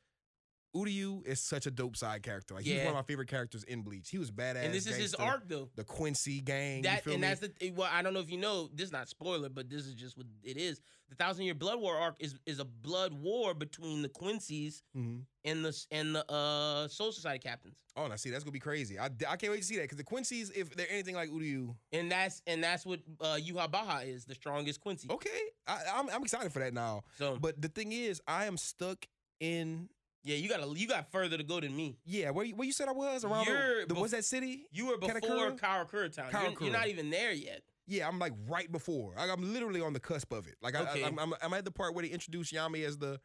Uryu is such a dope side character. Like he's Yeah. one of my favorite characters in Bleach. He was badass. and this is his gangster, arc though. The Quincy gang. you That feel and me? that's the th- well. I don't know if you know. This is not spoiler, but this is just what it is. The Thousand Year Blood War arc is is a blood war between the Quincy's Mhm. and the s- and the uh, Soul Society captains. Oh, now see, that's gonna be crazy. I, I can't wait to see that because the Quincy's, if they're anything like Uryu, And that's and that's what uh, Yuha Baha is, the strongest Quincy. okay, I, I'm, I'm excited for that now. So But the thing is, I am stuck in yeah, you got you got further to go than me. yeah. Where you, where you said I was around? the- You're the, bef- was that city? You were before Katakura? Karakura Town. You're- You're, Karakura. not even there yet. Yeah, I'm like right before. Like, I'm literally on the cusp of it. Like I, Okay. I, am I'm, I'm at the part where they introduce Yami as the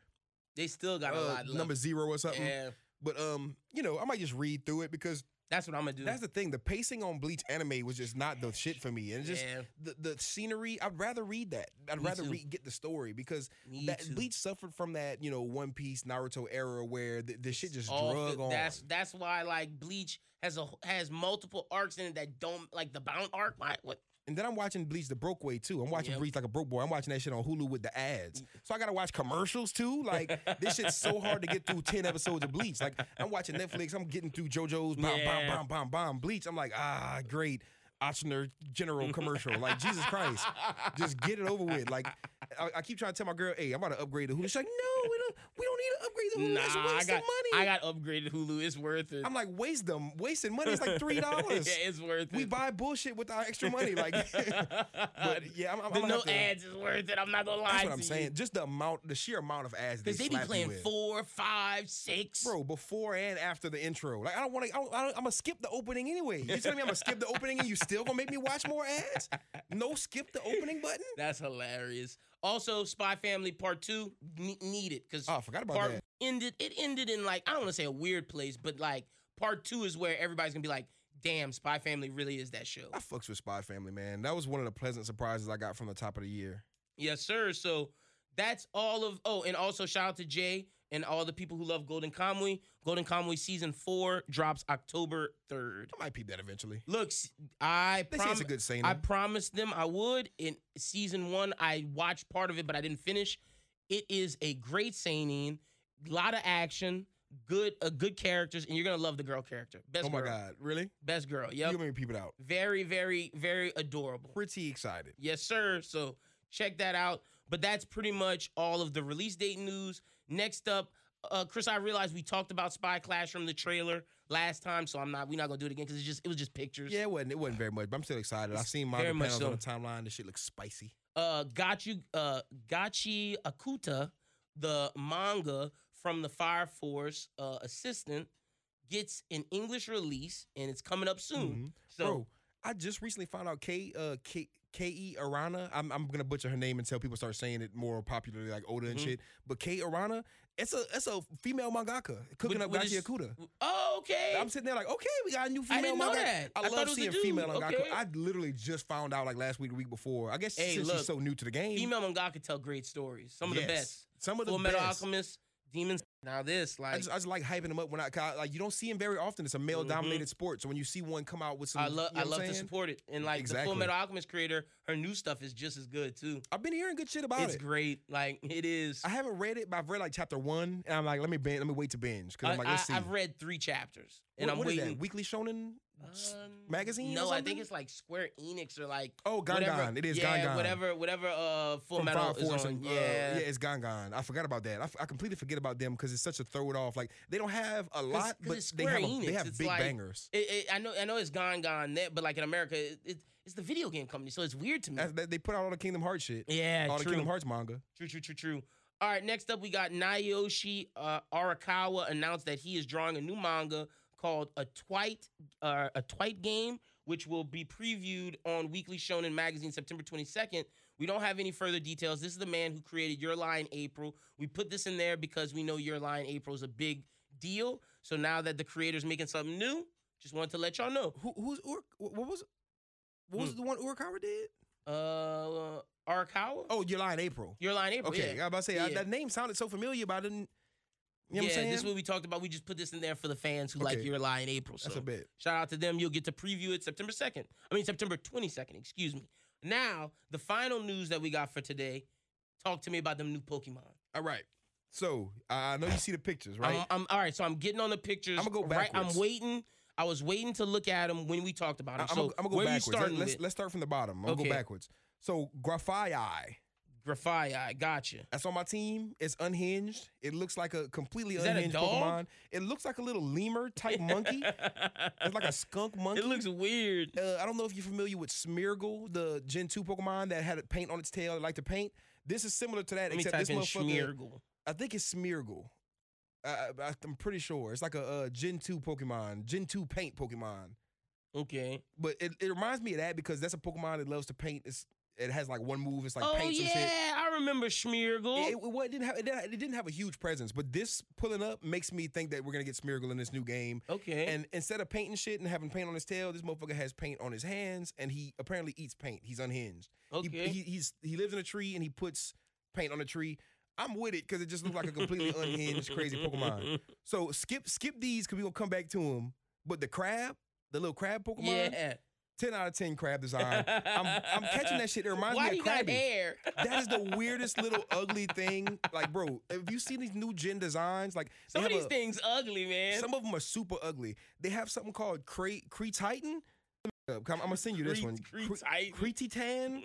They still got a uh, lot left. number zero or something. Yeah, But um, you know, I might just read through it because that's what I'm gonna do. that's the thing. The pacing on Bleach anime was just not the shit for me, and just yeah, the, the scenery. I'd rather read that. I'd Me rather too. re- get the story because me that too. Bleach suffered from that you know One Piece Naruto era where the, the shit just all drug fi- on. That's that's why like Bleach has a has multiple arcs in it that don't like the Bound arc. Why what? And then I'm watching Bleach the broke way too. I'm watching Yep. Bleach like a broke boy. I'm watching that shit on Hulu with the ads. So I gotta watch commercials too. Like this shit's so hard to get through ten episodes of Bleach. Like I'm watching Netflix. I'm getting through JoJo's bomb Yeah. bomb bomb bomb bomb Bleach. I'm like ah great. Ochsner General commercial. Like Jesus Christ, just get it over with. Like I, I keep trying to tell my girl, hey, I'm about to upgrade the Hulu. She's like, no, we don't. We don't need to upgrade the Hulu. Nah, That's I wasting got money. I got upgraded Hulu. It's worth it. I'm like, waste them, wasting money. It's like three dollars. [LAUGHS] yeah, it's worth we it. buy bullshit with our extra money. Like, [LAUGHS] but yeah, I'm, I'm, the I'm no have to, ads is worth it. I'm not gonna lie. That's what I'm to saying. you. Just the amount, the sheer amount of ads Because they they be slap you playing with. four, five, six. Bro, before and after the intro. Like, I don't want to, I don't, I don't, I'm going to skip the opening anyway. You telling me I'm going to skip the opening and you still going to make me watch more ads? No skip the opening button? That's hilarious. Also, Spy Family Part Two ne- needed because Oh, I forgot about part that. ended. It ended in like I don't want to say a weird place, but like Part Two is where everybody's gonna be like, "Damn, Spy Family really is that show." I fucks with Spy Family, man. That was one of the pleasant surprises I got from the top of the year. Yes, sir. So that's all of. Oh, and also shout out to Jay and all the people who love Golden Comedy. Golden Comedy season four drops October third. I might peep that eventually. Look, s- I They say promise. it's a good saying. I promised them I would. In season one, I watched part of it, but I didn't finish. It is a great seinen, lot of action, good, uh, good characters, and you're gonna love the girl character. Best oh my girl. God. Really? best girl. You Yep, made me peep it out. very, very, very adorable. Pretty excited. Yes, sir. So check that out. But that's pretty much all of the release date news. Next up, uh, Chris, I realized we talked about Spy Classroom, the trailer last time, so I'm not. We're not gonna do it again because it's just it was just pictures. Yeah, it wasn't, it wasn't very much, but I'm still excited. I've seen my Very much panels on the timeline. This shit looks spicy. uh Gachi uh Gachi Akuta, the manga from the Fire Force uh assistant, gets an English release and it's coming up soon. Mhm. So Bro, I just recently found out K uh K K E Arana. I'm I'm gonna butcher her name until people start saying it more popularly, like Oda and Mhm. shit. But K Arana, it's a it's a female mangaka cooking What- up what Gachi is- Akuda. oh, okay. I'm sitting there like, okay, we got a new female I didn't know mangaka. that. I I thought it love was a seeing dude. female mangaka. Okay. I literally just found out like last week, the week before. I guess Hey, since look, she's so new to the game, Female mangaka tell great stories. Some of the yes. best. Some of the Full best. Metal Alchemist, Demons. Now this, like I just, I just like hyping them up when I, 'cause I- like you don't see him very often. It's a male dominated sport, so when you see one come out with some, Mm-hmm. I love you know I what I'm love to saying? support it. And like the Exactly. Full Metal Alchemist creator, her new stuff is just as good too. I've been hearing good shit about it's it. great. Like it is. I haven't read it, but I've read like chapter one, and I'm like, let me binge, let me wait to binge because I'm like, let's see. have read three chapters, and What- I'm what is waiting. that? Weekly Shonen s- Um, magazine? or No, I think something? it's like Square Enix or like oh Gangan. whatever. It is yeah, Gangan. whatever, whatever. Uh, Full From Metal Fire is Force on. and, uh, yeah. yeah, it's Gangan. I forgot about that. I, f- I completely forget about them because it's such a throw it off. Like they don't have a lot, 'cause but it's they Square have a, Enix. they have It's big like- bangers. It- it- I know, I know it's Gone Gone there, but like in America, it, it, it's the video game company, so it's weird to me. That's, that, they put out all the Kingdom Hearts shit, yeah, all the true, Kingdom Hearts manga. true, true, true, true. All right, next up we got Naoshi uh, Arakawa announced that he is drawing a new manga called a Twite, uh, a Twite game, which will be previewed on Weekly Shonen Magazine September 22nd. We don't have any further details. This is the man who created Your Lie in April. We put this in there because we know Your Lie in April is a big deal. So now that the creator's making something new, just wanted to let y'all know. Who, who's Ur- what was what was Hmm. the one Urakawa did? Uh, Arakawa? Oh, July and April. Your Lie in April. Okay, yeah. I was about to say I- Yeah. that name sounded so familiar, but I didn't. You know what I'm yeah, saying? this is what we talked about. We just put this in there for the fans who like Okay. Your Lie in April. So That's a bit. shout out to them. You'll get to preview it September 2nd. I mean, September 22nd, excuse me. Now, the final news that we got for today talk to me about them new Pokemon. All right. So I I know you see the pictures, right? I'm, I'm, all right, so I'm getting on the pictures. I'ma go right- backwards. I'm waiting. I was waiting to look at them when we talked about them. so I'm, gonna, I'm gonna go where backwards. you starting Let, us with? let's start from the bottom. I'm gonna Okay. go backwards. So Grafii, Grafaya, I gotcha. that's on my team. It's unhinged. It looks like a completely Is that a unhinged dog? Pokemon. It looks like a little lemur [LAUGHS] type monkey. It's like a skunk monkey. it looks weird. uh, I don't know if you're familiar with Smeargle, the Gen 2 Pokemon that had paint on its tail, like to paint. This is similar to that, Let me except type this in motherfucker. Smeargle. I think it's Smeargle. I, I, I'm pretty sure it's like a, uh Gen 2 Pokemon, Gen 2 paint Pokemon. Okay. But it, it reminds me of that because that's a Pokemon that loves to paint. It's it has like one move. It's like oh, paint some yeah, shit. I remember Smeargle. It, it, wa- it didn't have it didn't, it didn't have a huge presence, but this pulling up makes me think that we're gonna get Smeargle in this new game. okay. And instead of painting shit and having paint on his tail, this motherfucker has paint on his hands, and he apparently eats paint. He's unhinged. He- okay. He, he's he lives in a tree and he puts paint on a tree. I'm with it because it just looks like [LAUGHS] a completely unhinged, crazy Pokemon. So skip skip these because we gonna come back to him. But the crab, the little crab Pokemon, Yeah. ten out of ten crab design. I'm, I'm catching that shit. It reminds Why me you of got Krabby. hair? That is the weirdest little ugly thing. Like, bro, have you seen these new gen designs? Like, they Some of have these a- things ugly, man. some of them are super ugly. They have something called Cre Cree Titan. up. I'm, gonna send you this Crete- one. Crete Cre- Titan. Crete Titan?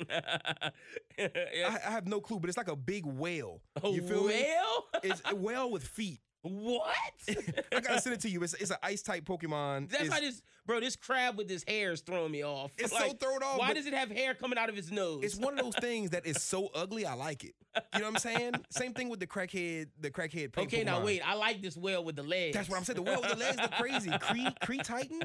[LAUGHS] I, Yeah. I have no clue, but it's like a big whale. A You feel me? whale? It's a whale with feet. what? [LAUGHS] I gotta send it to you. It's it's an ice type Pokemon. That's it's, how this bro, this crab with his hair is throwing me off. It's so thrown off, Why but- does it have hair coming out of his nose? it's one [LAUGHS] of those things that is so ugly. I like it. You know what I'm saying? Same thing with the crackhead. The crackhead. pink okay, now Pokemon. wait. I like this whale with the legs. That's what I'm saying. The whale with the legs look crazy. Cree [LAUGHS] Cree Titan,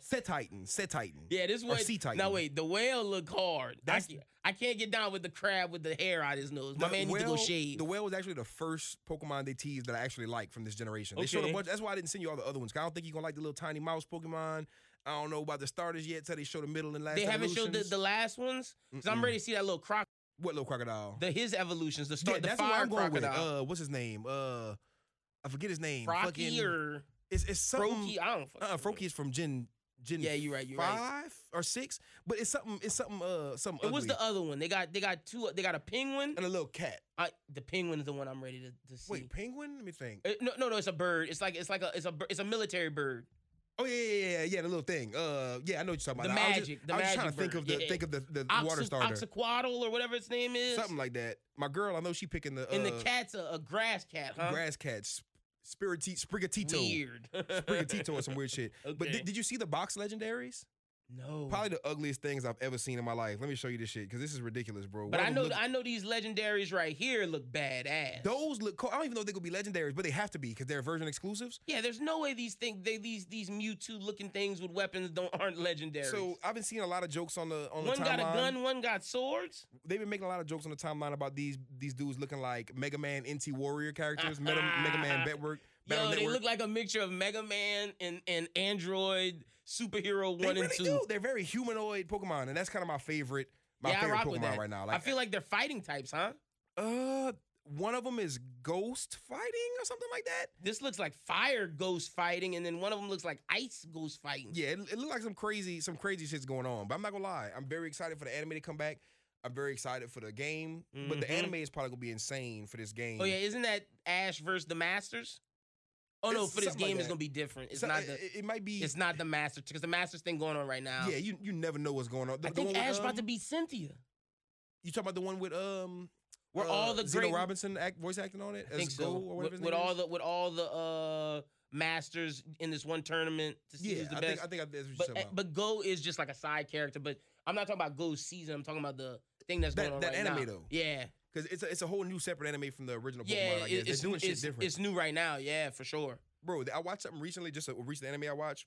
Set Titan, Set Titan. Yeah, this Or one. sea titan. Now wait, the whale look hard. I That's- can't, I can't get down with the crab with the hair out his nose. My The man needs to go shave. The whale was actually the first Pokemon they teased that I actually like from this generation. They showed Okay. a bunch. That's why I didn't send you all the other ones. 'cause I don't think you're gonna like the little tiny mouse Pokemon. I don't know about the starters yet. Till they show the middle and last. they haven't showed the, evolutions. the last ones. because i I'm Mm-mm. ready to see that little croc, what little crocodile. the his evolutions, the yeah, start, the that's where fire I'm going with. it. crocodile, Uh, what's his name? Uh, I forget his name. Frocky Fucking- or it's it's something. Froakie. I don't fucking Uh, know. Froakie is from Gen. Gen Yeah, you're right, you're right. five or six, but it's something. It's something. Uh, something. It was ugly. the other one. They got they got two. They got a penguin. and a little cat. I, the penguin is the one I'm ready to, to see. Wait, penguin? Let me think. Uh, no, no, no. It's a bird. It's like it's like a it's a bir- it's a military bird. Oh yeah, yeah, yeah, yeah, yeah. The little thing. Uh, yeah, I know what you're talking about. The I was magic- just, the I was magic just trying to think bird, of the yeah. think of the, the water Oxy- starter, Oxyquatl or whatever its name is. something like that. My girl, I know she picking the uh, and the cat's a, a grass cat, huh? grass cats, spiritito, sprigatito, Weird. [LAUGHS] sprigatito, or some weird shit. But Okay. did, did you see the box legendaries? No. Probably the ugliest things I've ever seen in my life. Let me show you this shit because this is ridiculous, bro. But One I of them know look- I know these legendaries right here look badass. those look. Cool. I don't even know if they could be legendaries, but they have to be because they're version exclusives. Yeah, there's no way these things they these these Mewtwo looking things with weapons don't aren't legendary. So I've been seeing a lot of jokes on the on one the timeline. got a gun, one got swords. they've been making a lot of jokes on the timeline about these these dudes looking like Mega Man NT Warrior characters, [LAUGHS] Meta, Mega Man Network, Battle Yo, they Network. look like a mixture of Mega Man and, and Android superhero They one and really two. do. They're very humanoid Pokemon, and that's kind of my favorite. My yeah, I favorite rock with Pokemon that. right now. I feel like they're fighting types, huh? uh, one of them is ghost fighting or something like that. This looks like fire ghost fighting, and then one of them looks like ice ghost fighting. Yeah, it, it looked like some crazy some crazy shit's going on. But I'm not gonna lie, I'm very excited for the anime to come back. I'm very excited for the game, but Mhm. the anime is probably gonna be insane for this game. Oh yeah, isn't that Ash versus the Masters? Oh no, It's for this something like game it's that. gonna be different. It's So, uh, not it- the it, it might be. it's not the Masters because the Masters thing going on right now. yeah, you you never know what's going on. The- I the think one with, Ash about to um, be Cynthia. You talking about the one with um, Where uh, all the Zeno great Robinson act, voice acting on it? I think as so. Go or whatever With, his with name all is? the with all the uh Masters in this one tournament to see yeah, who's the I best. think I think I- that's what you're but eh, talking about. but Go is just like a side character. But I'm not talking about Go's season. I'm talking about the thing that's That- going on that right anime, now. though. Yeah, Because it's a, it's a whole new separate anime from the original Pokemon. yeah. I it- guess. They're it's doing shit it's, different, it's new right now. Yeah, for sure. bro. I watched something recently, just a recent anime I watched.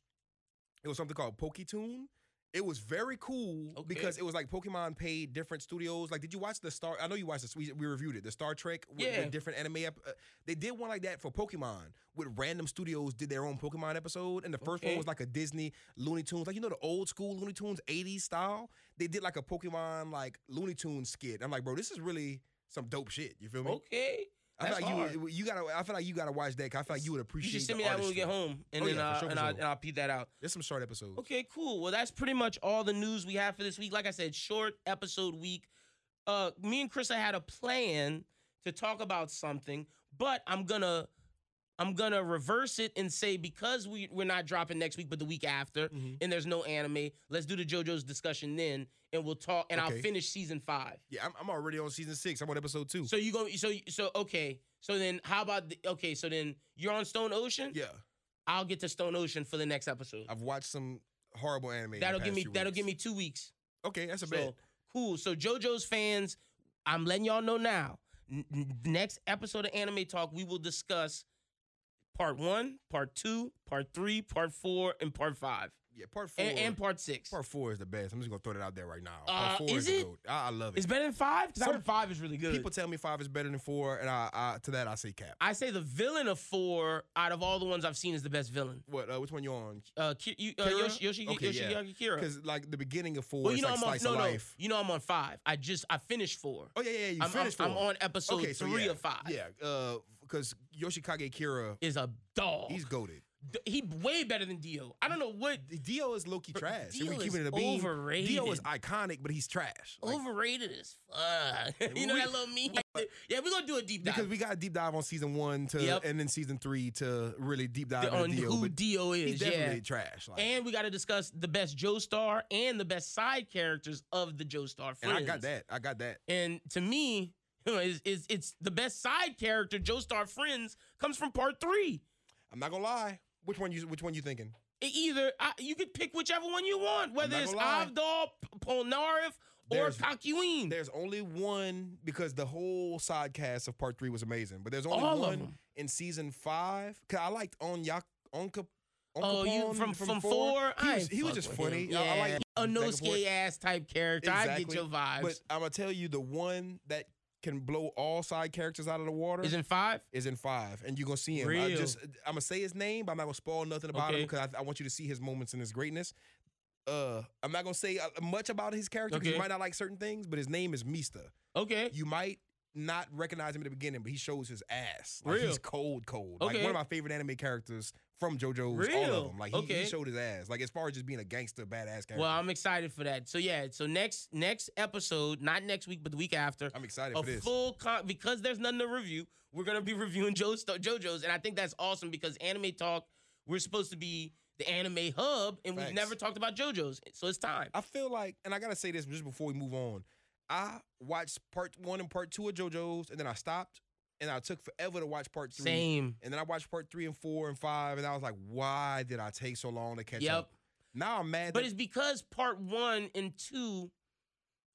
It was something called Poketoon. It was very cool Okay. because it was like Pokemon paid different studios. Like, did you watch the Star? I know you watched this. We, we reviewed it. The Star Trek with Yeah. the different anime. Ep- uh, they did one like that for Pokemon, with random studios did their own Pokemon episode, and the first Okay. one was like a Disney Looney Tunes, like you know the old school Looney Tunes '80s style. They did like a Pokemon like Looney Tunes skit. I'm like, bro, this is really some dope shit. You feel me? Okay. I feel that's like hard. you would- you gotta. I feel like you gotta watch that. 'cause I feel like you would You appreciate. should send me the that when we get artistry. home, and Oh, then yeah, for I'll, sure, for and, I'll, sure. and I'll peep that out. There's some short episodes. Okay, cool. Well, that's pretty much all the news we have for this week. Like I said, short episode week. Uh, me and Chris had a plan to talk about something, but I'm gonna I'm gonna reverse it and say because we we're not dropping next week, but the week after, Mhm. and there's no anime. Let's do the JoJo's discussion then, and we'll talk. And I'll Okay. finish season five. Yeah, I'm, I'm already on season six. I'm on episode two. So you go. So so okay. So then, how about the, okay? So then you're on Stone Ocean. yeah, I'll get to Stone Ocean for the next episode. I've watched some horrible anime. in the That'll past give me few that'll weeks. give me two weeks. Okay, that's a So bet. cool. So JoJo's fans, I'm letting y'all know now. N- n- next episode of Anime Talk, we will discuss part one, part two, part three, part four, and part five, Yeah, part four. and, and part six. part four is the best. I'm just gonna throw that out there right now. Uh, part four is the it? goat. I, I love it's it. better than five because I Some- heard five is really good. People tell me five is better than four, and I, I to that I say cap. I say the villain of four out of all the ones I've seen is the best villain. What? Uh, which one you on? Uh, Ki- you, uh, Kira? Yoshi, Yoshi, Okay, Yoshi, yeah. Kira. Because like the beginning of four Well, is you know like I'm on slice no, of no. life. You know I'm on five. I just I finished four. Oh yeah, yeah, yeah. You I'm, I'm- finished I'm four. on episode okay, so three yeah, of five. Yeah, because Yoshikage Kira is a dog. He's goaded. D- He way better than Dio. I don't know what Dio is low key trash. Dio if we keep is it in a beam, Dio is overrated. iconic, but he's trash. Like, overrated as fuck. you know we- that little meme. [LAUGHS] yeah, we're gonna do a deep dive because we got a deep dive on season one to Yep. and then season three to really deep dive on into Dio. who but Dio he's is. definitely Yeah. trash. Like, And we got to discuss the best Joe Star and the best side characters of the Joe Star and friends. I got that. I got that. And to me, you know, is is it's the best side character Joe Star friends comes from part three. I'm not gonna lie. Which one you Which one you thinking? It either I, you could pick whichever one you want, whether not it's gonna lie. Avdol, P- Polnareff, or There's- Kakuin. There's only one because the whole side cast of part three was amazing, but there's only All of one them. in season five. Cause I liked on Yak on Cap. on Oh, you Capone from from, four? He I was, ain't he was fuck just with funny. him. Yeah. I, I Yeah. like a back no and forth. skate ass type character. I get Exactly. your vibes. But I'm gonna tell you the one that can blow all side characters out of the water Isn't five? is in five, and you're gonna see him. I Real. just I'm gonna say his name, but I'm not gonna spoil nothing about Okay. him because I, I want you to see his moments and his greatness. Uh, I'm not gonna say uh, much about his character because Okay. you might not like certain things, but his name is Mista. Okay. You might not recognize him at the beginning, but he shows his ass. Like Real. he's cold, cold. Like Okay. one of my favorite anime characters from JoJo's. All Real. of them. Like he, Okay. he showed his ass. Like as far as just being a gangster, badass character. Well, I'm excited for that. So yeah, so next next episode, not next week, but the week after, I'm excited a for this. full con- because there's nothing to review. We're gonna be reviewing Joe's JoJo's, and I think that's awesome because Anime Talk, we're supposed to be the anime hub, and we've Facts. never talked about JoJo's, so it's time. I feel like, and I gotta say this just before we move on. I watched part one and part two of JoJo's, and then I stopped, and I took forever to watch part three. Same. And then I watched part three and four and five, and I was like, why did I take so long to catch Yep. up? Now I'm mad. But that- it's because part one and two,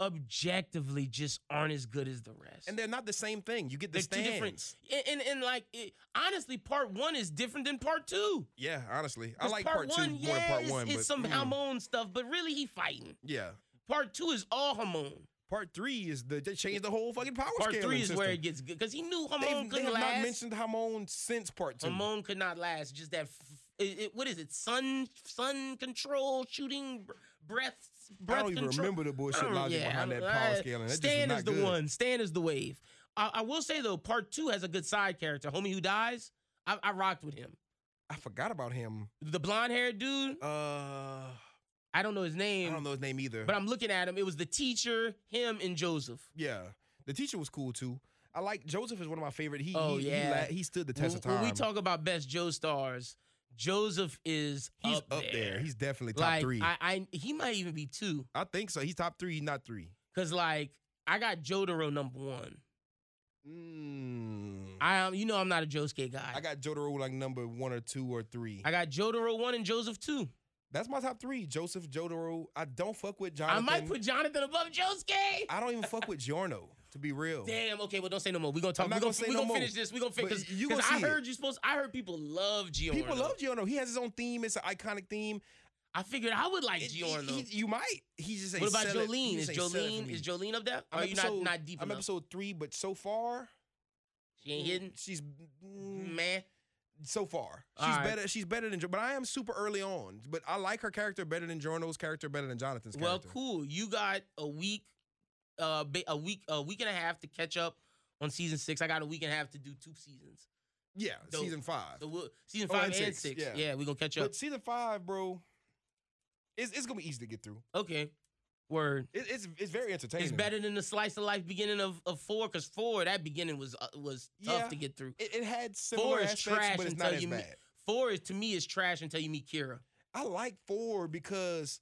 objectively, just aren't as good as the rest. and they're not the same thing. You get the They're two stands. different. And and, and like it, honestly, part one is different than part two. Yeah, honestly, I 'Cause like part, two more than part it's, one. it's but, some mm, hormone stuff, but really he fighting. Yeah, Part two is all hormone. part three is the they changed the whole fucking power Part scaling three is where it system. gets good because he knew hormone They've, they couldn't have not last. mentioned Hamon since part two. Hormone could not last. Just that. F- it, it- what is it? Sun sun control shooting br- breath breath I don't even control. remember the I bullshit don't- logic Mm, yeah, behind I that don't- power I- scaling. That just was Stan not is the good. one. Stan is the wave. I, I will say though, part two has a good side character. Homie who dies, I, I rocked with him. I forgot about him. The blonde haired dude, Uh, I I don't know his name, don't know his name either. but I'm looking at him. It was the teacher, him, and Joseph. yeah, the teacher was cool too. I like Joseph is one of my favorite. He Oh, he, he yeah. la- he stood the test when, of time. when we talk about best Joe stars, Joseph is he's up, there. He's definitely top like, three. I, I, I he might even be two, think so. He's top three, not three. cause like I got Jotaro number one. Mm. I, I am, you know, I'm not a Josuke guy. I got, got Jotaro like number one or two or three. I got Jotaro one and Joseph two. That's my top three. Joseph Jotaro. I don't fuck with I Jonathan. might put Jonathan above Josuke. I don't even fuck with Giorno. To be real, Damn. Okay. Well, don't say no more. We are gonna talk. Oh. I'm We not are gonna, gonna say we no gonna more. finish this. We are gonna But finish. Cause, you 'cause gonna I see it. heard you supposed. I heard people love Giorno. people love Giorno. He has his own theme. It's an iconic theme. I figured I would like It- he- Giorno. he- you might. He just ain't what about sell it. He Jolene? Is just ain't sell it for Jolene me. is Jolene up there? I'm Or Are Uh, you not episode- not deep I'm enough? episode three, but so far, She ain't hidden. She's mm, Man, so far. She's All right. better. She's better than. Jo- But I am super early on. But I like her character better than Jorno's character, better than Jonathan's well, character. cool. You got a week, uh, ba- a week, a week and a half to catch up on season six. I got a week and a half to do two seasons. Yeah, Dope. season five. So we'll, season Oh, five and and six, six. yeah. Yeah, we gonna catch up. But season five, bro, it's, it's gonna be easy to get through. okay, word. It, it's it's very entertaining. It's better than the slice of life beginning of, of four, cause four that beginning was uh, was tough Yeah. to get through. It, it had similar Four is aspects, trash but it's until not as you meet. bad. Four is to me is trash until you meet Kira. I like four because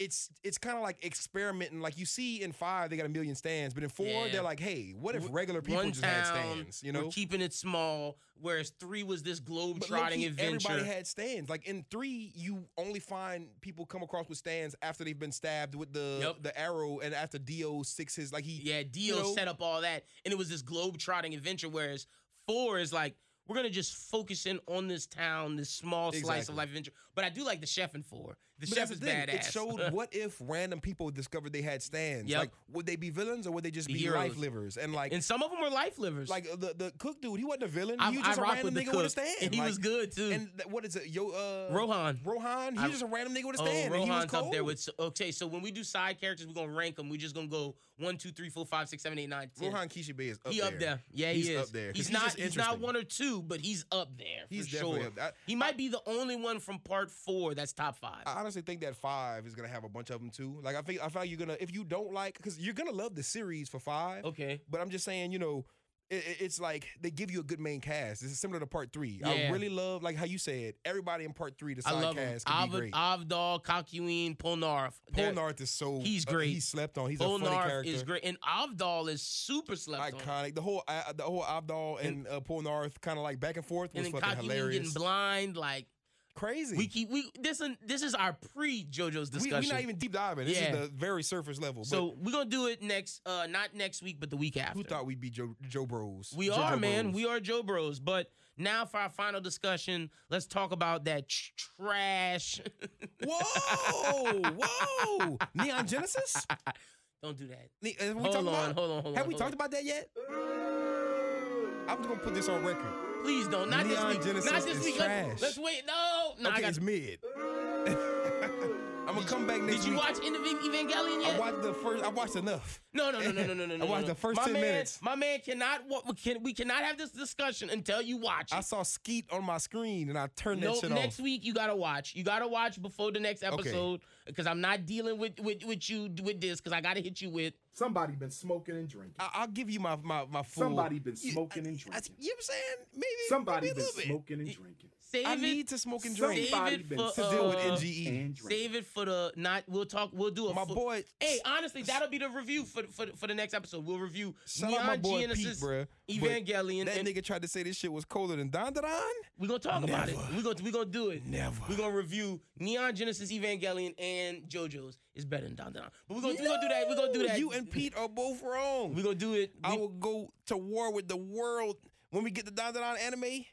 it's it's kind of like experimenting. Like you see in five, they got a million stands, but in four, Yeah. they're like, hey, what if W- regular people One just had town, stands? You know, we're keeping it small. Whereas three was this globe But trotting low-key, adventure. Everybody had stands. Like in three, you only find people come across with stands after they've been stabbed with the Yep. the arrow and after Dio six his like he Yeah, Dio know? set up all that, and it was this globe-trotting adventure. Whereas four is like we're gonna just focus in on this town, this small slice of Exactly. life adventure. But I do like the chef in four. The But chef that's is the thing. badass. It [LAUGHS] showed what if random people discovered they had stands. Yep. Like, would they be villains or would they just Be be heroes. life livers? And like, and some of them were life livers. like uh, the the cook dude, he wasn't a villain. I, he was I just a rock random with the nigga cook, with a stand. and he Like, was good too. And th- what is it? Yo, uh, Mm. Rohan. Rohan. He I- was just a random nigga with a Oh, stand. and he was Rohan's cold. up there with so- okay. So when we do side characters, we're gonna rank them. We're just gonna go one, two, three, four, five, six, seven, eight, nine, ten. Rohan Kishibe is up he there. up there. Yeah, He's he up is. there, 'cause He's he's not. just He's not interesting. one or two. two, but he's up there. For He's sure. definitely up there. I- He might be the only one from part four that's top five. I honestly think that five is gonna have a bunch of them too. Like I think I feel like you're gonna if you don't like because you're gonna love the series for five. okay. But I'm just saying, you know, it, it- it's like they give you a good main cast. This is similar to part three. Yeah. I really love like how you said everybody in part three. The I side love him. cast can be Avd- great. Avdol, Kakuin, Polnareff. They're- Polnareff is so He's uh, great. he slept on. He's a funny Polnareff character. is great, and Avdol is super slept on. Iconic. The whole uh, the whole Abdal and, uh, Polnareff kind of like back and forth And was then fucking Kakuin getting hilarious. blind, like Crazy. we keep we this is this is our pre JoJo's we, discussion. we not even deep diving. This Yeah. is the very surface level. so we're gonna do it next, uh not next week, but the week but after. who thought we'd be Joe, Joe Bros? We Joe are, Joe man. Bros. We are Joe Bros. But now for our final discussion, let's talk about that tr- trash. [LAUGHS] Whoa, whoa! Neon Genesis. Don't do that. Ne- uh, we Hold on, talking about? hold on, hold on. Have we hold talked on. about that yet? I'm just gonna put this on record. Please don't. Not Neon this week. Genesis Not this is week. trash. Let's, let's wait. No, no. okay, I got. it's mid. [LAUGHS] I'm gonna come back next Did you week. watch Evan- Evangelion yet? I watched the first. I watched enough. no, no, no, no, no, no, no. [LAUGHS] I no, watched no. the first my 10 man, minutes. My man cannot. wa- we Can, we cannot have this discussion until you watch I it. saw Skeet on my screen and I turned Nope, that shit next off. week you gotta watch. You gotta watch before the next episode because I'm not dealing with with, with you with this because I gotta hit you with Somebody been smoking and drinking. I- I'll give you my my my full. Somebody been You- smoking and I- drinking. you know what I'm saying? Maybe Somebody maybe a been little bit. smoking and drinking. save I it. need to smoke and drink Save Somebody it been for, to to deal with uh, NGE. And drinking. Save it for the not. We'll talk. We'll do a. My full- boy. Hey, honestly, that'll be the review for for, for the next episode. We'll review Shout out my boy Genesis, Pete, bruh. but Evangelion. That and nigga tried to say this shit was colder than Don Don. we're gonna talk about it. Never. We're gonna we're gonna do it. Never. We're gonna review Neon Genesis Evangelion and JoJo's. It's better than Don Don. But we're gonna, we're gonna do that. We're gonna do that. You and Pete are both wrong. We're gonna do it. I We- will go to war with the world when we get the Don Don anime.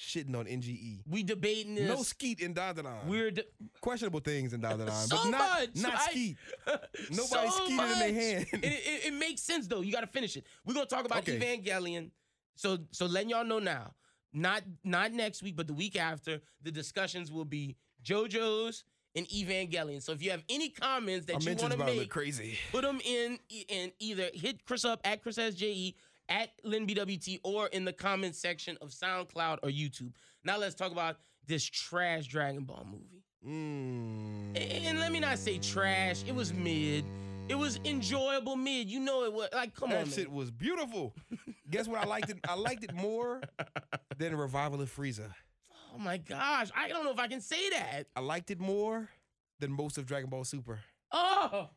Shitting on NGE. we debating this. No skeet in Don Don. We're de- questionable things in Don Don, so but not much. not I- skeet. [LAUGHS] Nobody so skeeted in their much. hand. It, it, it makes sense though. You got to finish it. We're gonna talk about Okay. Evangelion. So so letting y'all know now, not not next week, but the week after, the discussions will be JoJo's and Evangelion. So if you have any comments that Our you mentions want to about to look make, crazy. put them in e- and either hit Chris up at Chris SJE at Lynn BWT or in the comments section of SoundCloud or YouTube. Now let's talk about this trash Dragon Ball movie. Mm. A- And, let me not say trash. It was mid. It was enjoyable mid. You know it was. Like, come That on, shit man. was beautiful. Guess what? I liked it. I liked it [LAUGHS] more than Revival of Frieza. Oh my gosh. I don't know if I can say that. I liked it more than most of Dragon Ball Super. Oh,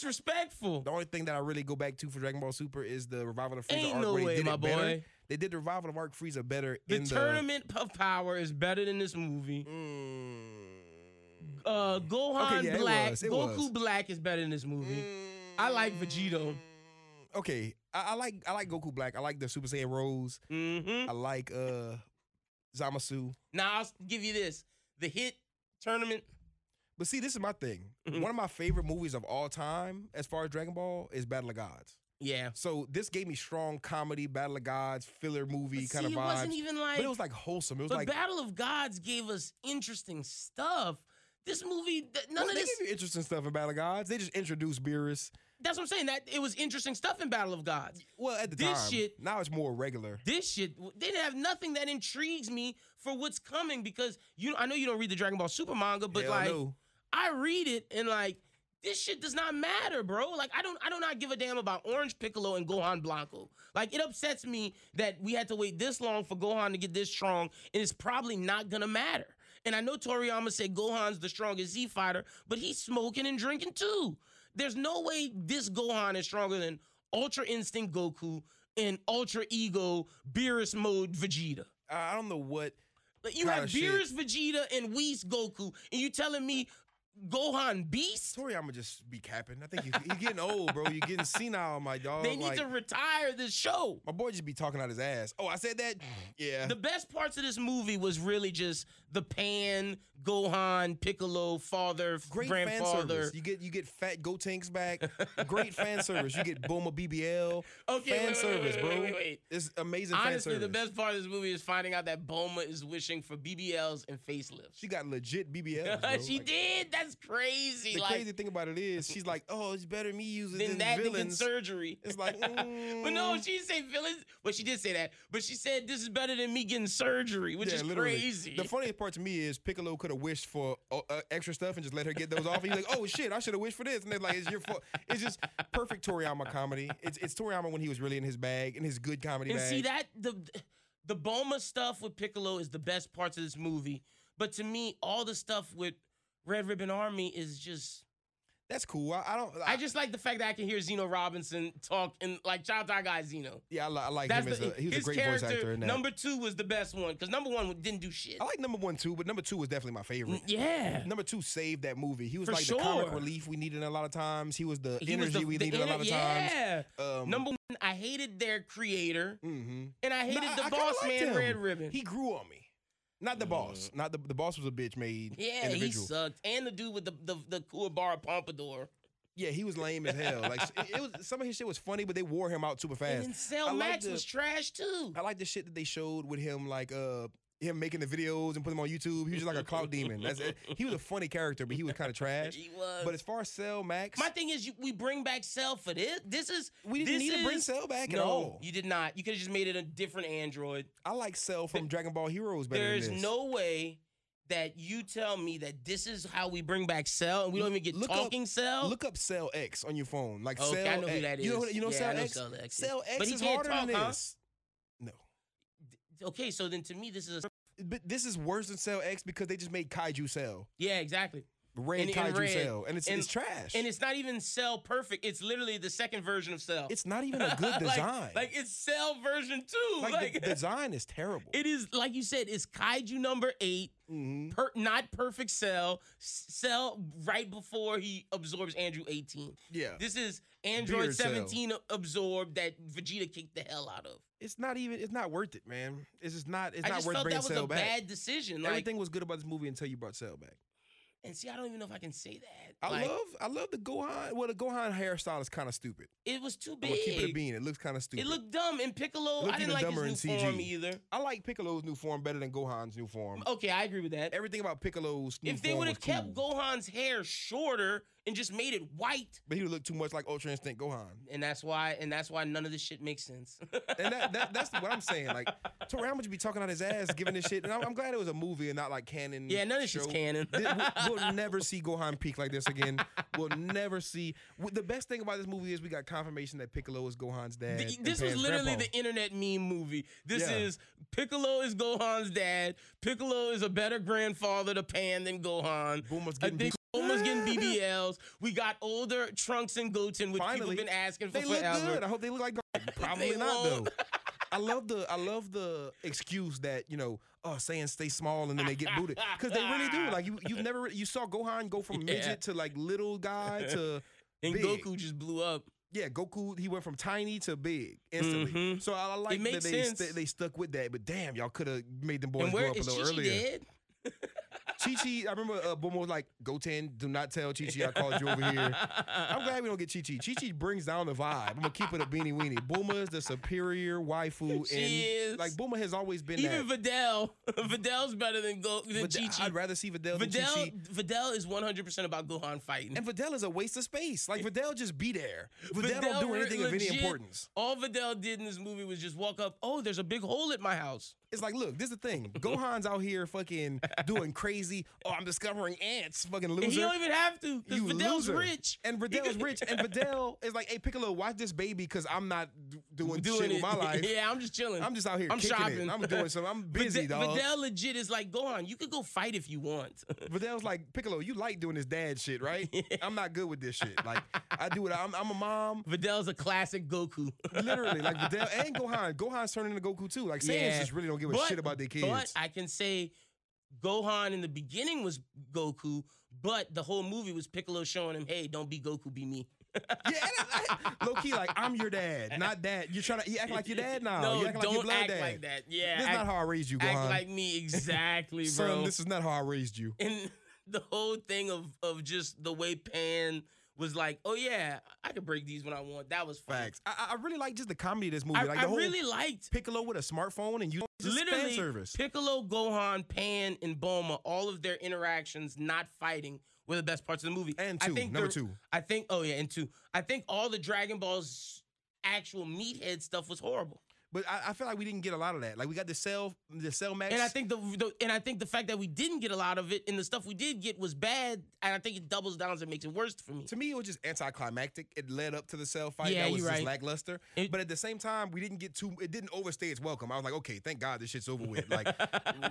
disrespectful. The only thing that I really go back to for Dragon Ball Super is the Revival of Frieza Ain't arc. no where they way, did my it better. boy. They did the Revival of Arc Frieza better The in tournament of power is better than this movie. the. Mm. Uh, Gohan Okay, yeah, it Black, was, it Goku was. Black is better than this movie. I like Vegito. Mm. Okay, I, I like I like Goku Black. I like the Super Saiyan Rose. Mm-hmm. I like uh Zamasu. Now I'll s- give you this: the hit tournament. But see, this is my thing. Mhm. One of my favorite movies of all time, as far as Dragon Ball, is Battle of Gods. Yeah, So this gave me strong comedy, Battle of Gods, filler movie But kind see, of it wasn't vibes. even like. But it was like wholesome. It was but like Battle of Gods gave us interesting stuff. This movie, th- none Well, of they this. give you interesting stuff in Battle of Gods. They just introduced Beerus. That's what I'm saying. That it was interesting stuff in Battle of Gods. Well, at the This time, shit- now it's more regular. This shit, they didn't have nothing that intrigues me for what's coming because you. I know you don't read the Dragon Ball Super manga, but Hell like no. I read it and like this shit does not matter, bro. Like I don't, I do not give a damn about Orange Piccolo and Gohan Blanco. Like it upsets me that we had to wait this long for Gohan to get this strong, and it's probably not gonna matter. And I know Toriyama said Gohan's the strongest Z fighter, but he's smoking and drinking too. There's no way this Gohan is stronger than Ultra Instinct Goku and Ultra Ego Beerus Mode Vegeta. I I don't know what. Like you Kinda have shit. Beerus Vegeta and Whis Goku, and you telling me Gohan Beast? Toriyama just be capping. I think you, you're getting old, bro. You're getting senile, [LAUGHS] my dog. They need Oh, like, to retire this show. my boy just be talking out his ass. Oh, I [SIGHS] said that. Yeah. The best parts of this movie was really just the Pan, Gohan, Piccolo, father, f- Great fan grandfather. service. You get you get fat Go Tanks back. Great fan service. You get Boma BBL. [LAUGHS] Okay, fan wait, wait, service, wait, wait, bro. wait, wait. It's amazing fan Honestly, service. the best part of this movie is finding out that Boma is wishing for BBLs and facelifts. She got legit BBLs. bro. [LAUGHS] she Like, did. That's That's crazy. The like crazy thing about it is, she's like, "Oh, it's better me using than than that than getting villains." surgery. It's like, [LAUGHS] But no, mm. she didn't say villains. But she did say that. But she said this is better than me getting surgery, which Yeah, is literally. crazy. The funniest part to me is Piccolo could have wished for uh, uh, extra stuff and just let her get those off. He's like, "Oh shit, I should have wished for this," and they're like, "It's your fault." It's just perfect Toriyama comedy. It's it's Toriyama when he was really in his bag, in his good comedy and bag. see that the the Boma stuff with Piccolo is the best parts of this movie. But to me, all the stuff with Red Ribbon Army is just. That's cool. I, I don't. I, I just like the fact that I can hear Zeno Robinson talk and like Child Die Guy Zeno. yeah, I, li- I like That's him as the, a he was a his great voice character. actor. In that. Number two was the best one because number one didn't do shit. I like number one too, but number two was definitely my favorite. Mm, yeah. Number two saved that movie. He was For like the comic sure. relief we needed a lot of times. He was the He was energy the- we the needed a ener- lot of times. Yeah. Um, Number one, I hated their creator, hmm and I hated Nah, the I kinda boss liked man him. Red Ribbon. Mm. He grew on me. Not the boss. Not the the boss was a bitch made yeah, he individual. sucked. And the dude with the the, the Kuwabara pompadour. yeah, he was lame as hell. Like it, it was some of his shit was funny, but they wore him out super And fast. then Cell I like Max the- was trash too. I like the shit that they showed with him, like uh him making the videos and putting them on YouTube. He was just like a cloud demon. That's it. He was a funny character, but he was kind of trash. [LAUGHS] He was. But as far as Cell Max, My thing is, you, we bring back Cell for this. This is we didn't this need to bring is- Cell back No, at all. you did not. You could have just made it a different android. I like Cell from Dragon Ball Heroes better. There's than this. no way that you tell me that this is how we bring back Cell, and we don't even get Look up- talking Cell. Look up Cell X on your phone. Like Okay, Cell I know X. who that is. You know, you know Yeah, Cell I know X? Cell X. Cell X But he is can't harder than talk, huh? this. No. okay, so then to me, this is a But this is worse than Cell X because they just made Kaiju Cell. yeah, exactly. Red And- Kaiju and red. Cell. And it's, And- it's trash. And it's not even Cell perfect. It's literally the second version of Cell. It's not [LAUGHS] even a good Like- design. like, it's Cell version two. Like, Like, the design is terrible. it is like you said. It's Kaiju number eight. Mhm. Per, not perfect Cell. S- Cell right before he absorbs Andrew eighteen. Yeah. This is Android Beard Cell. seventeen absorbed that Vegeta kicked the hell out of. It's not even it's not worth it, man. It's just not it's I not just worth felt that bringing was Cell a back. bad decision. Like, Everything was good about this movie until you brought Cell back. and see, I don't even know if I can say that. I Like, love I love the Gohan. Well, the Gohan hairstyle is kind of stupid. It was too I'm big. gonna keep it a bean. It looks kind of stupid. It looked dumb. And Piccolo, looked I didn't even like dumber his new in CG. form either. I like Piccolo's new form better than Gohan's new form. Okay, I agree with that. Everything about Piccolo's new Oh. If they form would was have kept cool, Gohan's hair shorter and just made it white, but he would look too much like Ultra Instinct Gohan. and that's why, and that's why none of this shit makes sense. And that, that that's what I'm saying. Like Toriyama should be talking out his ass, giving this shit. And I'm, I'm glad it was a movie and not like canon. yeah, none of this shit's show. canon. [LAUGHS] Th- we- we'll never see Gohan peak like this again. We'll never see. w- The best thing about this movie is we got confirmation that Piccolo is Gohan's dad. Th- and this was Pan's literally grandpa. the internet meme movie. This Yeah. is Piccolo is Gohan's dad. Piccolo is a better grandfather to Pan than Gohan. Boomer's I getting think beat. Almost [LAUGHS] getting BBLs. We got older Trunks and Goten, which people Finally. been asking for They look forever. good. I hope they [LAUGHS] look like garbage. Probably They not won't. though. I love the I love the excuse that you know, oh, saying stay small and then they get booted because they really do. Like you you've never really- you saw Gohan go from Yeah. midget to like little [LAUGHS] guy to And big. Goku just blew up. yeah Goku. He went from tiny to big instantly. Mhm. So I, I like that makes they sense. st- they stuck with that. But damn, y'all could have made them boys and grow where up a is little Chi Chi earlier. dead? Chi Chi, I remember uh, Boom was like, Goten, do not tell Chi Chi I called you over here. I'm glad we don't get Chi Chi. Chi Chi brings down the vibe. I'm gonna keep it a beanie weenie. Booma is the superior waifu, She and is. like Booma has always been Even that. Videl. [LAUGHS] Videl's better than Go than Vide- Chi Chi. I'd rather see Videl, than Chi Chi. Videl Videl is 100% about Gohan fighting. And Videl is a waste of space. Like Videl just be there. Videl, don't do re- anything of legit- any importance. All Videl did in this movie was just walk up, oh, there's a big hole at my house. It's like, look, this is the thing. Gohan's out here fucking doing crazy. Oh, I'm discovering ants. Fucking loser. And he don't even have to, because You Videl's loser. rich. And He [LAUGHS] Vidal's could- rich. And Vidal is like, hey, Piccolo, watch this baby because I'm not d- doing, doing shit it. with my life. [LAUGHS] yeah, I'm just chilling. I'm just out here I'm kicking shopping. it. I'm doing some. [LAUGHS] I'm busy, Videl, dog. Videl legit is like, Gohan, you could go fight if you want. [LAUGHS] Vidal's like, Piccolo, you like doing this dad shit, right? I'm not good with this shit. Like, I do it. I'm, I'm a mom. Videl's a classic Goku. [LAUGHS] Literally, like Vidal and Gohan. Gohan's turning into Goku too. Like, Saiyans Yeah. just really don't give a shit about their kids. But I can say Gohan in the beginning was Goku, but the whole movie was Piccolo showing him, hey, don't be Goku, be me. yeah, and I, [LAUGHS] low key, like I'm your dad, not dad. You trying to you act like your dad now? no, you act don't like your blood act dad. like that. Yeah, This is act, not how I raised you, Gohan. act like me [LAUGHS] exactly, Son, bro. [LAUGHS] this is not how I raised you. and the whole thing of of just the way Pan was like, oh yeah, I could break these when I want. That was funny. Facts. I, I- I really like just the comedy of this movie. I, like I the whole really liked Piccolo with a smartphone and you just fan literally service. Piccolo, Gohan, Pan, and Bulma. All of their interactions, not fighting, were the best parts of the movie. And I two, think number the- two. I think. Oh yeah, and two. I think all the Dragon Ball's actual meathead stuff was horrible. But I, I feel like we didn't get a lot of that. Like we got the cell, the cell max. And I think the, the and I think the fact that we didn't get a lot of it and the stuff we did get was bad, and I think it doubles down and makes it worse for me. to me it was just anticlimactic. It led up to the cell fight. Yeah, that was you're just right. lackluster. It- but at the same time, we didn't get too. It didn't overstay its welcome. I was like, okay, thank God this shit's over with. [LAUGHS] Like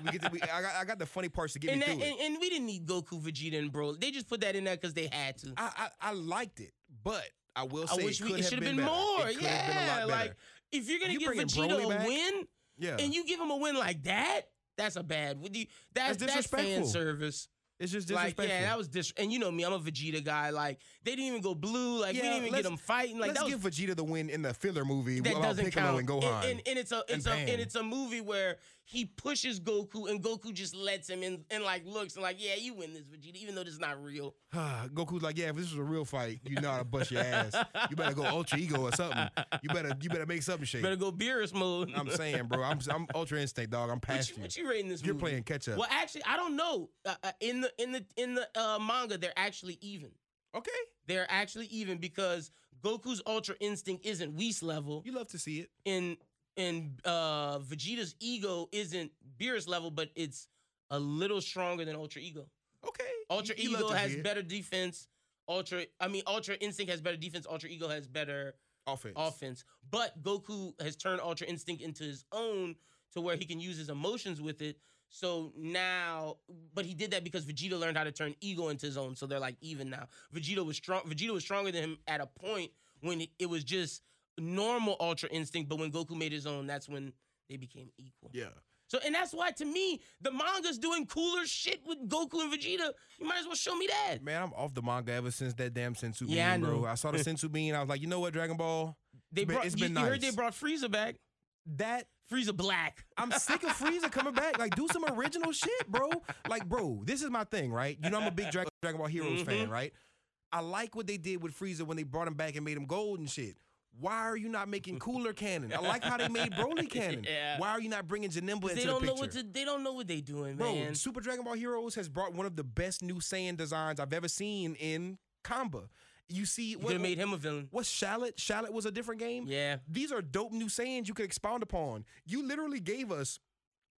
we get. To, we, I, got, I got the funny parts to get And, me that, through it. and, and we didn't need Goku, Vegeta, and Broly. They just put that in there because they had to. I, I I liked it, but I will I say wish it we, could it have should have been, better. more. It could yeah, have been a lot better. like if you're gonna You give bringing Vegeta Broly a back? win yeah, and you give him a win like that, that's a bad. with you- That's That's that's, fan disrespectful. service. it's just Like disrespectful. yeah, that was dis. And you know me, I'm a Vegeta guy. Like they didn't even go blue. Like we Yeah, didn't even get let's- them fighting. Like Let's that was give Vegeta the win in the filler movie that about doesn't Piccolo count. and Gohan. And, and it's a it's a and Pan. and it's a movie where he pushes Goku and Goku just lets him in and like looks and like yeah, you win this Vegeta, even though this is not real. [SIGHS] Goku's like, yeah, if this was a real fight, you know how to bust your ass. You better go ultra ego or something. You better you better make something shake. Better go Beerus mode. [LAUGHS] I'm saying, bro, I'm I'm ultra instinct, dog. I'm what past you, you. what you rating this You're movie? playing catch up. Well, actually, I don't know. Uh, uh, in the in the in the uh, manga, they're actually even. Okay, They're actually even because Goku's Ultra Instinct isn't Whis level, you love to see it. and and uh, Vegeta's ego isn't Beerus level, but it's a little stronger than Ultra Ego. Okay, Ultra you, you love Ego to has see it. better defense. Ultra, I mean, Ultra Instinct has better defense. Ultra Ego has better offense. offense. But Goku has turned Ultra Instinct into his own to where he can use his emotions with it. So now, but he did that because Vegeta learned how to turn ego into his own. So they're like even now. Vegeta was strong. Vegeta was stronger than him at a point when it- it was just normal Ultra Instinct. But when Goku made his own, that's when they became equal. Yeah, So and that's why to me the manga's doing cooler shit with Goku and Vegeta. You might as well show me that. man, I'm off the manga ever since that damn Sensu Bean, Yeah, I know. bro. I saw the Sensu Bean. I was like, you know what, Dragon Ball. They It's been- brought it's you, been you heard nice. they brought Frieza back. That Frieza Black. I'm sick of Frieza coming back. Like, do some original shit, bro. Like, bro, this is my thing, right? You know, I'm a big Dragon, Dragon Ball Heroes Mm-hmm. fan, right? I like what they did with Frieza when they brought him back and made him gold and shit. Why are you not making cooler canon? I like how they made [LAUGHS] Broly canon. Yeah. Why are you not bringing Janemba into They the don't picture? know what to, they don't know what they doing, Bro, man. Super Dragon Ball Heroes has brought one of the best new Saiyan designs I've ever seen in Kamba. You see, You could what, have made him a villain. what's Shallot? Shallot was a different game. Yeah, These are dope new Saiyans you could expound upon. You literally gave us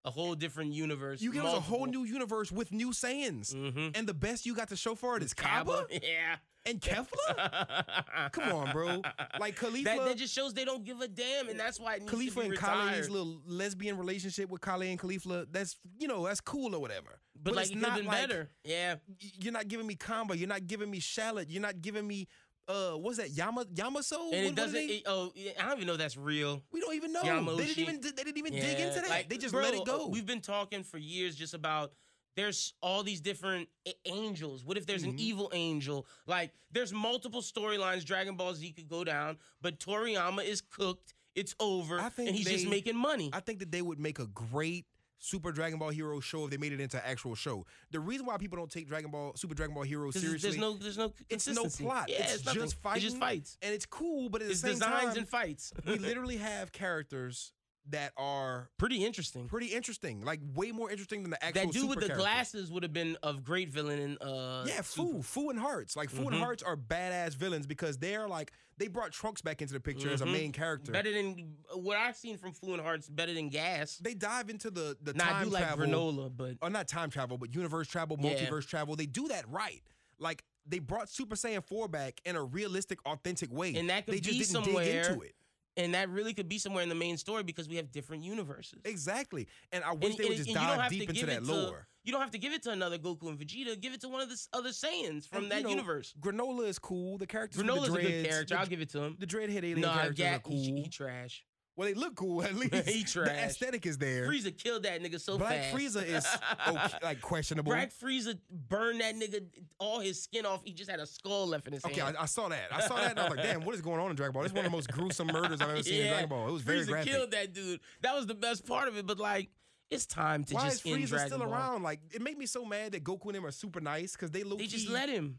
a whole different universe. you give us a whole new universe with new Saiyans. mm-hmm. And the best you got to show for [LAUGHS] it is Kaba Yeah. and Kefla? Come [LAUGHS] on, bro. Like Khalifa, That, that just shows they don't give a damn, and that's why it needs Khalifa to be and retired. Kali's little lesbian relationship with Kali and Khalifa, that's, you know, that's cool or whatever. but, like, it's it could have been like- better. Yeah, y- You're not giving me Kamba. You're not giving me Shallot. You're not giving me, uh, what's that, Yama, Yamaso? and What- what it do doesn't. they- It, oh, yeah, I don't even know if that's real. we don't even know. They Yamauchi. didn't even, they didn't even dig Yeah, into that. like, they just bro, let it go. We've been talking for years just about there's all these different a- angels. What if there's an Mhm. evil angel? Like there's multiple storylines Dragon Ball Z could go down, but Toriyama is cooked. It's over, I think and he's just they- making money. I think that they would make a great Super Dragon Ball Hero show if they made it into an actual show. The reason why people don't take Dragon Ball Super Dragon Ball Hero 'Cause seriously, there's no, there's no it's no consistency. plot. Yeah, it's, nothing. just fighting. It's just fights. and it's cool. But at It's the same designs time, and fights. [LAUGHS] we literally have characters that are Pretty interesting. pretty interesting, like way more interesting than the actual. That dude with super the characters. glasses would have been a great villain in uh Yeah, Super. Fu, Fu and Hearts. Like Fu and Mhm. Hearts are badass villains because they're like they brought Trunks back into the picture as a Mhm. main character. Better than uh, what I've seen from Fu and Hearts. Better than Gas. they dive into the the Nah, I time do like travel. granola, but or not time travel, but universe travel, Yeah. multiverse travel. They do that right. Like they brought Super Saiyan 4 back in a realistic, authentic way. And that could they be just didn't dig into somewhere- it. and that really could be somewhere in the main story because we have different universes. Exactly. And I wish And- they would and- just and you don't dive have to deep into give that it to- lore. You don't have to give it to another Goku and Vegeta. Give it to one of the s- other Saiyans from And, that you know, universe. Granola is cool. The characters with Granola's a the dreads, good character. The, I'll give it to him. the dreadhead alien Nah, characters are Gat, cool. he, he trash. well, they look cool at least. [LAUGHS] He The trash. aesthetic is there. Frieza killed that nigga so Black fast. [LAUGHS] Frieza is okay, like questionable. Black Frieza burned that nigga all his skin off. He just had a skull left in his Okay, hand. I, I saw that. I saw that, and I was like, "Damn, what is going on in Dragon Ball? This is one [LAUGHS] of the most gruesome murders I've ever seen in Yeah, Dragon Ball. It was very Frieza graphic." killed that dude. That was the best part of it. But like, it's time to Why is just end Frieza Dragon still Ball. around? Like, it made me so mad that Goku and him are super nice because they low They just let him.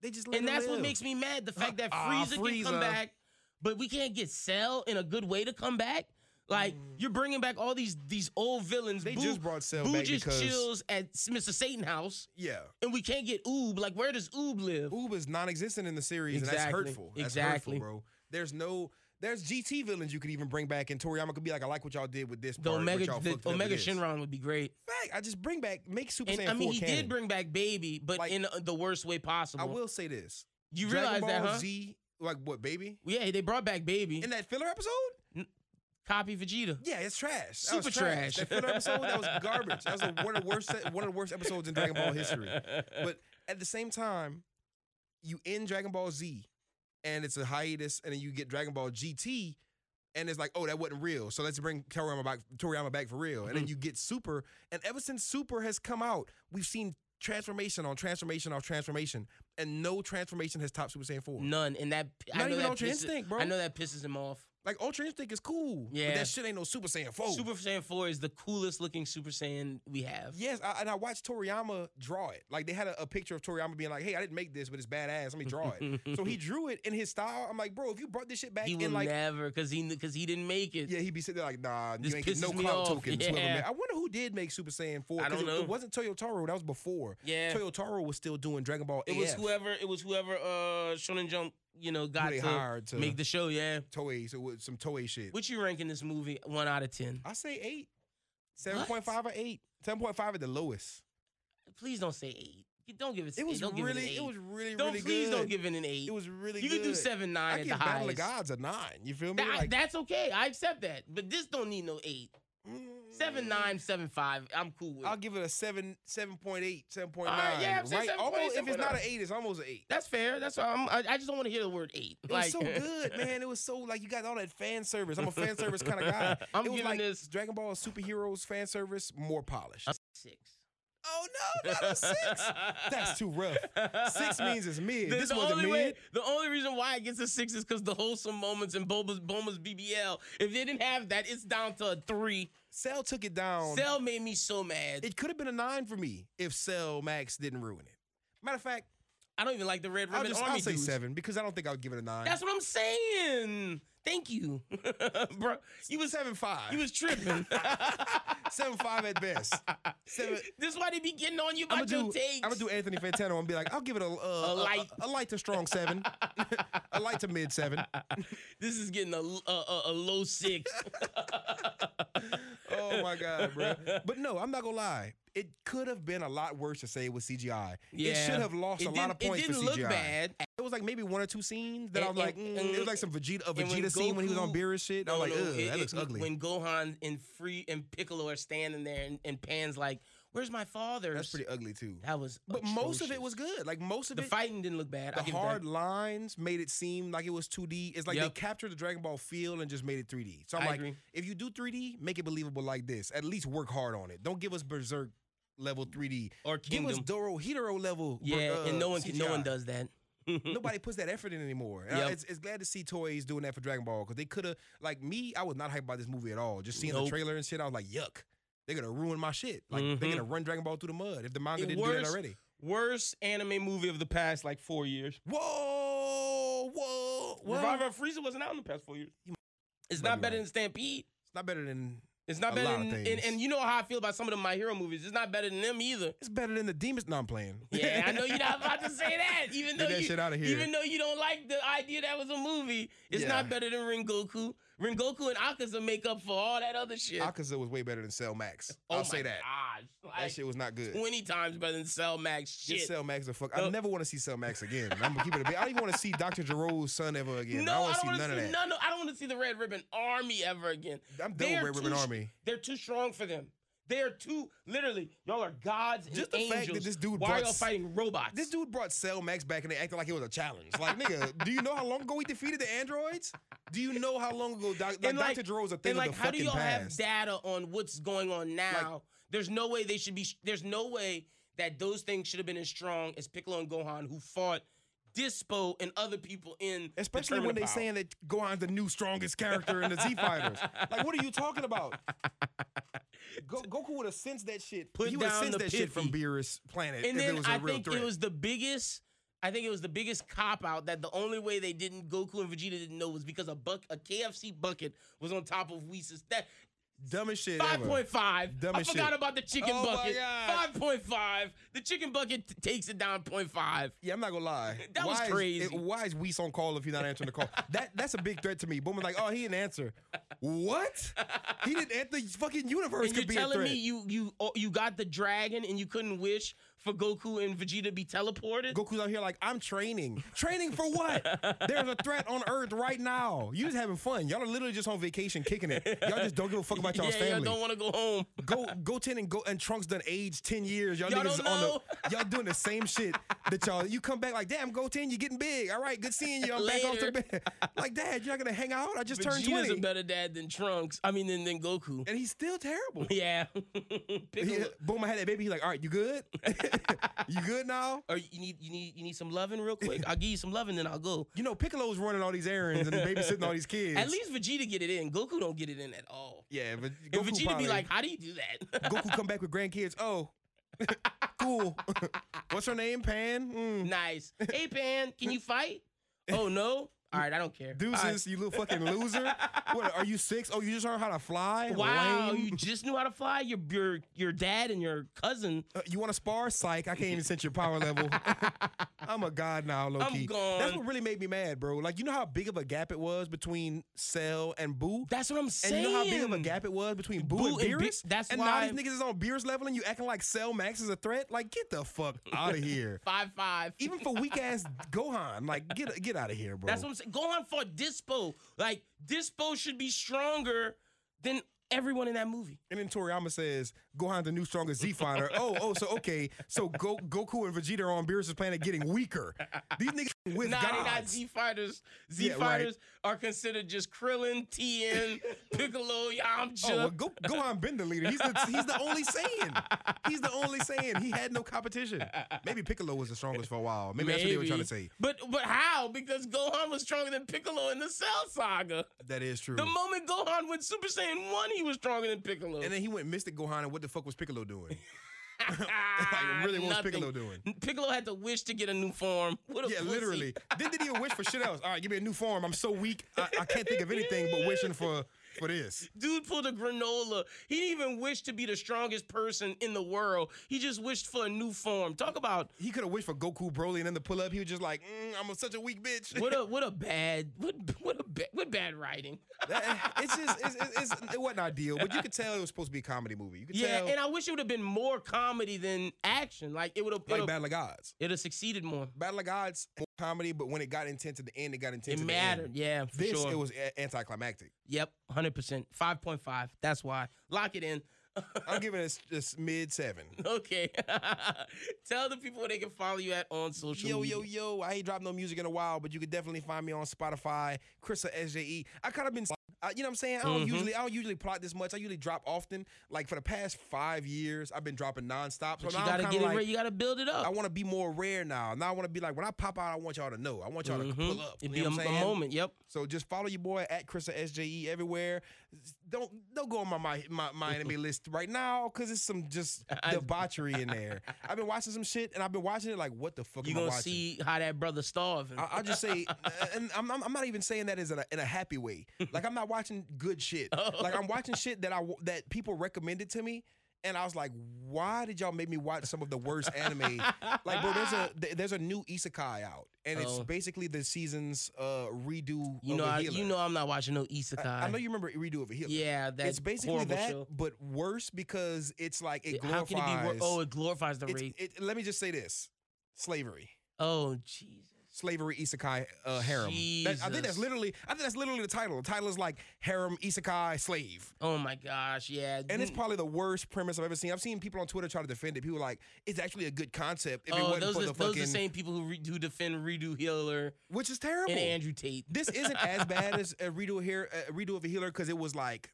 They just let and it that's what live. makes me mad. The fact that Ah, Frieza, can Frieza. come back, but we can't get Cell in a good way to come back. Like you're bringing back all these these old villains. Mm. They Boo- just brought Cell Boo back just because- chills at S- Mr. Satan house, yeah. and we can't get Oob. Like where does Oob live? Oob is non-existent in the series, and that's Exactly. hurtful. That's Exactly. hurtful, bro. There's no, there's GT villains you could even bring back, and Toriyama could be like, I like what y'all did with this The part, but Omega y'all the fucked it up Omega with this. Shinron would be great. Fact, I just bring back, make Super And Saiyan I mean 4 he canon. did bring back Baby, but Like- in uh, the worst way possible. I will say this. you Dragon realize Ball that, huh? Z, like what, baby? yeah, they brought back Baby. In that filler episode? Copy Vegeta. Yeah, it's trash. That was Super trash. That filler episode, that was garbage. That was the- one of the worst, one of the worst episodes in Dragon Ball history. But at the same time, you end Dragon Ball Z and it's a hiatus, and then you get Dragon Ball GT, and it's like, oh, that wasn't real. So let's bring Toriyama back, Toriyama back for real. And then Mm-hmm. you get Super. And ever since Super has come out, we've seen transformation on transformation on transformation, and no transformation has topped Super Saiyan 4. None, and that I Not know even that Ultra pisses, Instinct, bro. I know that pisses him off. Like Ultra Instinct is cool, Yeah. but that shit ain't no Super Saiyan 4. Super Saiyan 4 is the coolest looking Super Saiyan we have. Yes, I, and I watched Toriyama draw it. Like they had a, a picture of Toriyama being like, "Hey, I didn't make this, but it's badass. Let me draw it." [LAUGHS] so he drew it in his style. I'm like, bro, if you brought this shit back he will in like, never, because he because he didn't make it. yeah, he'd be sitting there like, nah, This you ain't get no pisses me cloud off. tokens. whoever Yeah. made- I wonder who did make Super Saiyan Four. I 'cause don't it- know. It wasn't Toyotaro. That was before. Yeah. Toyotaro was still doing Dragon Ball. it was AF. whoever it was whoever uh Shonen Jump you know got they to, hired to- make the show. Yeah, Toei. So with some Toei shit. what you ranking this movie? One out of ten. I say eight. Seven point five or eight. Seven point five at the lowest. Please don't say eight. You Don't give it. It was don't give really, It, an it eight. was really, don't really please good. don't give it an eight. It was really. you good. could do seven nine I at give the Battle of highest. Gods a nine. You feel me? That- Like, that's okay. I accept that, but this don't need no eight. mm, Seven nine seven five. I'm cool with. I'll give it a seven, seven point eight, seven point nine. Alright, Ah, yeah, I'm saying right? 7.8, Almost, if it's not an 7.9. eight, it's almost an eight. [LAUGHS] That's fair. That's why I'm, I, I just don't want to hear the word eight. [LAUGHS] It was so good, man. It was so like you got all that fan service. I'm a fan service kind of guy. [LAUGHS] I'm it was giving like this- Dragon Ball superheroes fan service more polished. Six. oh no, not [LAUGHS] a six. That's too rough. Six means it's mid. The, this the wasn't only mid. way, the only reason why it gets a six is because the wholesome moments in Boba's, Boma's BBL. If they didn't have that, it's down to a three. Cell took it down. Cell made me so mad. it could have been a nine for me if Cell Max didn't ruin it. Matter of fact, I don't even like the Red I'll, Ribbon just, Army I'll say dudes. seven because I don't think I would give it a nine. That's what I'm saying. Thank you, [LAUGHS] bro. You was seven five. you was tripping. [LAUGHS] seven five at best. Seven. this is why they be getting on you I'm about gonna your do. takes. I'm gonna do Anthony Fantano and be like, I'll give it a a, a- light. a, light to strong seven, [LAUGHS] a light to mid seven. this is getting a a, a, a low six. Oh my god, bro! But no, I'm not gonna lie. It could have been a lot worse to say it was CGI. Yeah. [LAUGHS] It should have lost It a lot of didn't- points It didn't for look CGI. bad. It was like maybe one or two scenes that I And- was like, and- mm, it and- was like some Vegeta a and when Vegeta scene when he was on Goku- Beerus shit. I was like, ugh, it- that looks it- ugly. When Gohan and Free and Piccolo are standing there, and, and Pan's like, "Where's my father?" That's pretty ugly too. That was. But most of it atrocious. was good. Like most of The it, fighting didn't look bad. I the give it that. hard lines made it seem like it was 2D. It's like Yep. they captured the Dragon Ball feel and just made it 3D. So I'm I like, agree. if you do 3D, make it believable like this. At least work hard on it. Don't give us Berserk level 3D. or Give us Kingdom. Doro Hidoro level. ber- yeah, and uh, no one can- no one CGI. does [LAUGHS] that. Nobody puts that effort in anymore. And I- Yep. it's, it's glad to see Toys doing that for Dragon Ball because they could have, like me, I was not hyped by this movie at all. Just seeing Nope. the trailer and shit, I was like, yuck. They're gonna ruin my shit. Like they're Mhm. gonna run Dragon Ball through the mud if the manga It didn't do worse- that already. Worst anime movie of the past like four years. Whoa, whoa, whoa! Revival of Frieza wasn't out in the past four years. It's might not be better right. than Stampede. It's not better than It's not A better lot of than and, things. and you know how I feel about some of the My Hero movies. It's not better than them either. It's better than the demons. No, I'm playing. Yeah, I know you're [LAUGHS] not about to say that. Even though Get that you, shit outta here. even though you don't like the idea that was a movie, it's Yeah. not better than Rengoku. Rengoku and Akaza make up for all that other [LAUGHS] shit. Akaza was way better than Cell Max. Oh I'll my say that. Gosh, That like shit was not good. twenty times better than Cell Max Just shit. Cell Max the fuck. No. I never want to see Cell Max again. I'm gonna keep it a bit. I don't even want to see Dr. Jerold's son ever again. no, I I don't don't want want to see none of that. No, no, I don't want to see the Red Ribbon Army ever again. I'm They done with are Red Ribbon too sh- Army. They're too strong for them. They are too literally. Y'all are gods and Just the fact angels. that this dude Why are brought y'all s- fighting robots? This dude brought Cell Max back and they acted like it was a challenge. Like, nigga, do you know how long ago we defeated the androids? Do you know how long ago doc, like, And, like- Dr. Jerold's a thing and like, of the how do fucking y'all have past? data on what's going on now? there's no way they should be. There's no way that those things should have been as strong as Piccolo and Gohan, who fought Dispo and other people in. the Especially Terminal when they Power. saying that Gohan's the new strongest character in the Z [LAUGHS] Fighters. Like, what are you talking about? Go- Goku would have sensed that shit. Put he would have down sensed the that shit from pithy. Beerus Planet And if then it was a I real think threat. it was the biggest I think it was the biggest cop out that the only way they didn't Goku and Vegeta didn't know was because a buck a KFC bucket was on top of Whis' that Dumbest shit. five ever. point five. Dumb I as forgot shit. about the chicken Oh my bucket. God. Five point five. The chicken bucket t- takes it down point five. Yeah, I'm not gonna lie. [LAUGHS] That was Why is- crazy. it- why is Weiss on call if you're not answering [LAUGHS] the call? that that's a big threat to me. Boomer's like, oh, he didn't answer. What? He didn't answer. The fucking universe And could you're be a telling threat. me you you oh, you got the dragon and you couldn't wish for Goku and Vegeta to be teleported? Goku's out here like, I'm training. Training for what? There's a threat on Earth right now. You just having fun. Y'all are literally just on vacation kicking it. Y'all just don't give a fuck about y'all's yeah, y'all family. don't want to go home. Go Goten and go and Trunks done age ten years. Y'all, Y'all niggas don't on know? the y'all doing the same shit that y'all. You come back like, damn, Goten, you getting big. All right, good seeing you. I'm back off the Later. bed. [LAUGHS] Like, dad, you're not gonna hang out. I just turned Vegeta's a twenty, better dad than Trunks. I mean, than than Goku. and he's still terrible. [LAUGHS] Yeah. Pick He, a, boom, I had that baby. He's like, all right, you good? [LAUGHS] you good now? or you need you need you need some loving real quick. I'll give you some loving, then I'll go. You know, Piccolo's running all these errands and babysitting all these kids. At least Vegeta get it in. Goku don't get it in at all. yeah, but and Goku Vegeta probably- be like, [LAUGHS] "How do you do that?" Goku come back with grandkids. Oh, [LAUGHS] cool. [LAUGHS] What's her name? Pan. [LAUGHS] Mm. nice. Hey Pan, can you [LAUGHS] fight? oh no. All right, I don't care. All Deuces, right. you little fucking loser. What, are you six? Oh, you just learned how to fly? Wow, Lame. you just knew how to fly. Your your your dad and your cousin. Uh, you want to spar? Psych. I can't even sense your [LAUGHS] power level. I'm a god now, low I'm key. gone. That's what really made me mad, bro. Like, you know how big of a gap it was between Cell and Boo? That's what I'm and saying. you know how big of a gap it was between Boo, Boo and and Be- Beerus? that's and why- now these niggas is on Beerus level and you acting like Cell Max is a threat? Like, get the fuck out [LAUGHS] of here. Five five. Even for weak ass Gohan, like, get get out of here, bro. That's what I'm saying. Gohan fought Dispo. Like Dispo should be stronger than everyone in that movie. And then Toriyama says, Gohan's the new stronger Z [LAUGHS] fighter. oh, oh, so okay. So Go- Goku and Vegeta are on Beerus' planet getting weaker. These niggas with Nah, they not gods. Z fighters. Z Yeah, right. fighters are considered just Krillin, [LAUGHS] TN, Piccolo, Yamcha. Oh, well, Go- Gohan been the leader. He's the, he's the only Saiyan. He's the only Saiyan. He had no competition. Maybe Piccolo was the strongest for a while. Maybe, that's what they were trying to say. But but how? Because Gohan was stronger than Piccolo in the Cell Saga. That is true. The moment Gohan went Super Saiyan one, he was stronger than Piccolo. Mm. and then [LAUGHS] he went Mystic Gohan, and what the fuck was Piccolo doing? Ah, [LAUGHS] like, really, what was nothing. Piccolo doing? Piccolo had to wish to get a new form. What a Yeah, pussy. literally. Then did he even wish for shit else? All right, give me a new form. I'm so weak. I, I can't think of anything but wishing for for this. Dude pulled a granola. He didn't even wish to be the strongest person in the world. He just wished for a new form. Talk about He could have wished for Goku, Broly, and then the pull up. He was just like, mm, I'm a- such a weak bitch. what a what a bad what what a ba- what bad writing. [LAUGHS] That- it's just, it's, it's, it's, it wasn't ideal, but you could tell it was supposed to be a comedy movie. You could Yeah, tell, and I wish it would have been more comedy than action. Like it would have like Battle of Gods. it would have succeeded more. Battle of Gods, more comedy, but when it got intense at the end, it got intense. It at the mattered. end. Yeah, for This sure. it was a- anticlimactic. yep, hundred percent. Five point five. That's why. Lock it in. [LAUGHS] I'm giving it just mid seven. Okay. [LAUGHS] Tell the people where they can follow you at on social Yo, media. yo, yo. I ain't dropped no music in a while, but you can definitely find me on Spotify, Chris or SJE. I kind of been, I, you know what I'm saying? I don't Mhm. usually, I don't usually plot this much. I usually drop often. Like for the past five years, I've been dropping nonstop. So But you now gotta get I'm it kinda like, where you gotta build it up. I want to be more rare now. Now I want to be like, when I pop out, I want y'all to know. I want y'all to Mhm. pull up. It'd you be know a, what I'm a saying? moment. Yep. So just follow your boy at Chris or SJE everywhere. Don't don't go on my my, my, my [LAUGHS] enemy list right now because it's some just debauchery in there. I've been watching some shit and I've been watching it like, what the fuck You am I gonna watching? see how that brother starving. I, I'll just say, uh, and I'm, I'm I'm not even saying that is in a, in a happy way. Like I'm not watching good [LAUGHS] shit. Oh. Like I'm watching shit that I w- that people recommended to me, and I was like, why did y'all make me watch some of the worst anime? like, bro, there's a th- there's a new isekai out, and it's Oh. basically the season's uh redo. you of know, a I, healer. you know, I'm not watching no isekai. I, I know you remember redo of a healer. Yeah, that's it's basically horrible that, show. but worse because it's like it How glorifies. can it be? Wor- oh, it glorifies the it's- rape. it- let me just say this: slavery oh, Jesus. slavery isekai uh, harem. That- I think Jesus. that's literally I think that's literally the title. The title is like harem isekai slave. Oh my gosh. Yeah. And it's Mm. probably the worst premise I've ever seen. I've seen people on Twitter try to defend it. People are like, it's actually a good concept if it Oh, wasn't those for are the those fucking the same people who re- who defend redo healer which is terrible. and Andrew Tate. This isn't as bad [LAUGHS] as a redo here a redo of a healer because it was like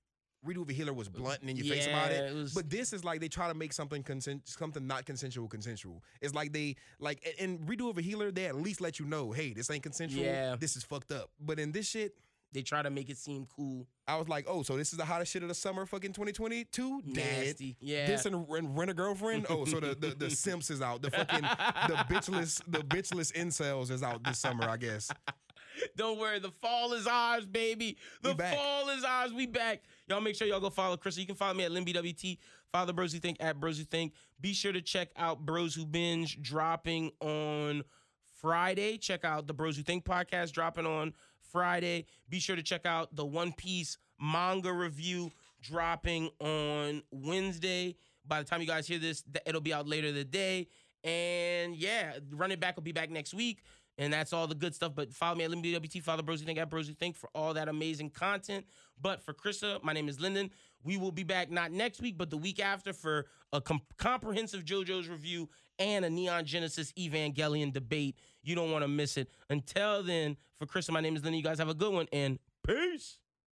redo of a healer was blunt and in your face about Yeah, it. it was- But this is like they try to make something consent something not consensual consensual. It's like they like in redo of a healer, they at least let you know, hey, this ain't consensual. Yeah. This is fucked up. But in this shit, They try to make it seem cool. I was like, oh, so this is the hottest shit of the summer, fucking 2022. Dead. Nasty. Yeah. This and and rent a girlfriend. Oh, so the, the the [LAUGHS] Simps is out. The fucking the bitchless the bitchless incels is out this summer. I guess. [LAUGHS] Don't worry, the fall is ours, baby. The We back. fall is ours. We back. Y'all make sure y'all go follow Chris. You can follow me at LimbWT, follow the Bros Who Think at Bros Who Think. Be sure to check out Bros Who Binge dropping on Friday. Check out the Bros Who Think podcast dropping on Friday. Be sure to check out the One Piece manga review dropping on Wednesday. By the time you guys hear this, th- it'll be out later in the day. And yeah, Run It Back will be back next week. And that's all the good stuff. But follow me at LimbWT, follow Bros Who Think at Bros Who Think for all that amazing content. But for Krista, my name is Lyndon. We will be back not next week, but the week after for a com- comprehensive JoJo's review and a Neon Genesis Evangelion debate. You don't want to miss it. Until then, for Krista, my name is Lyndon. You guys have a good one and peace.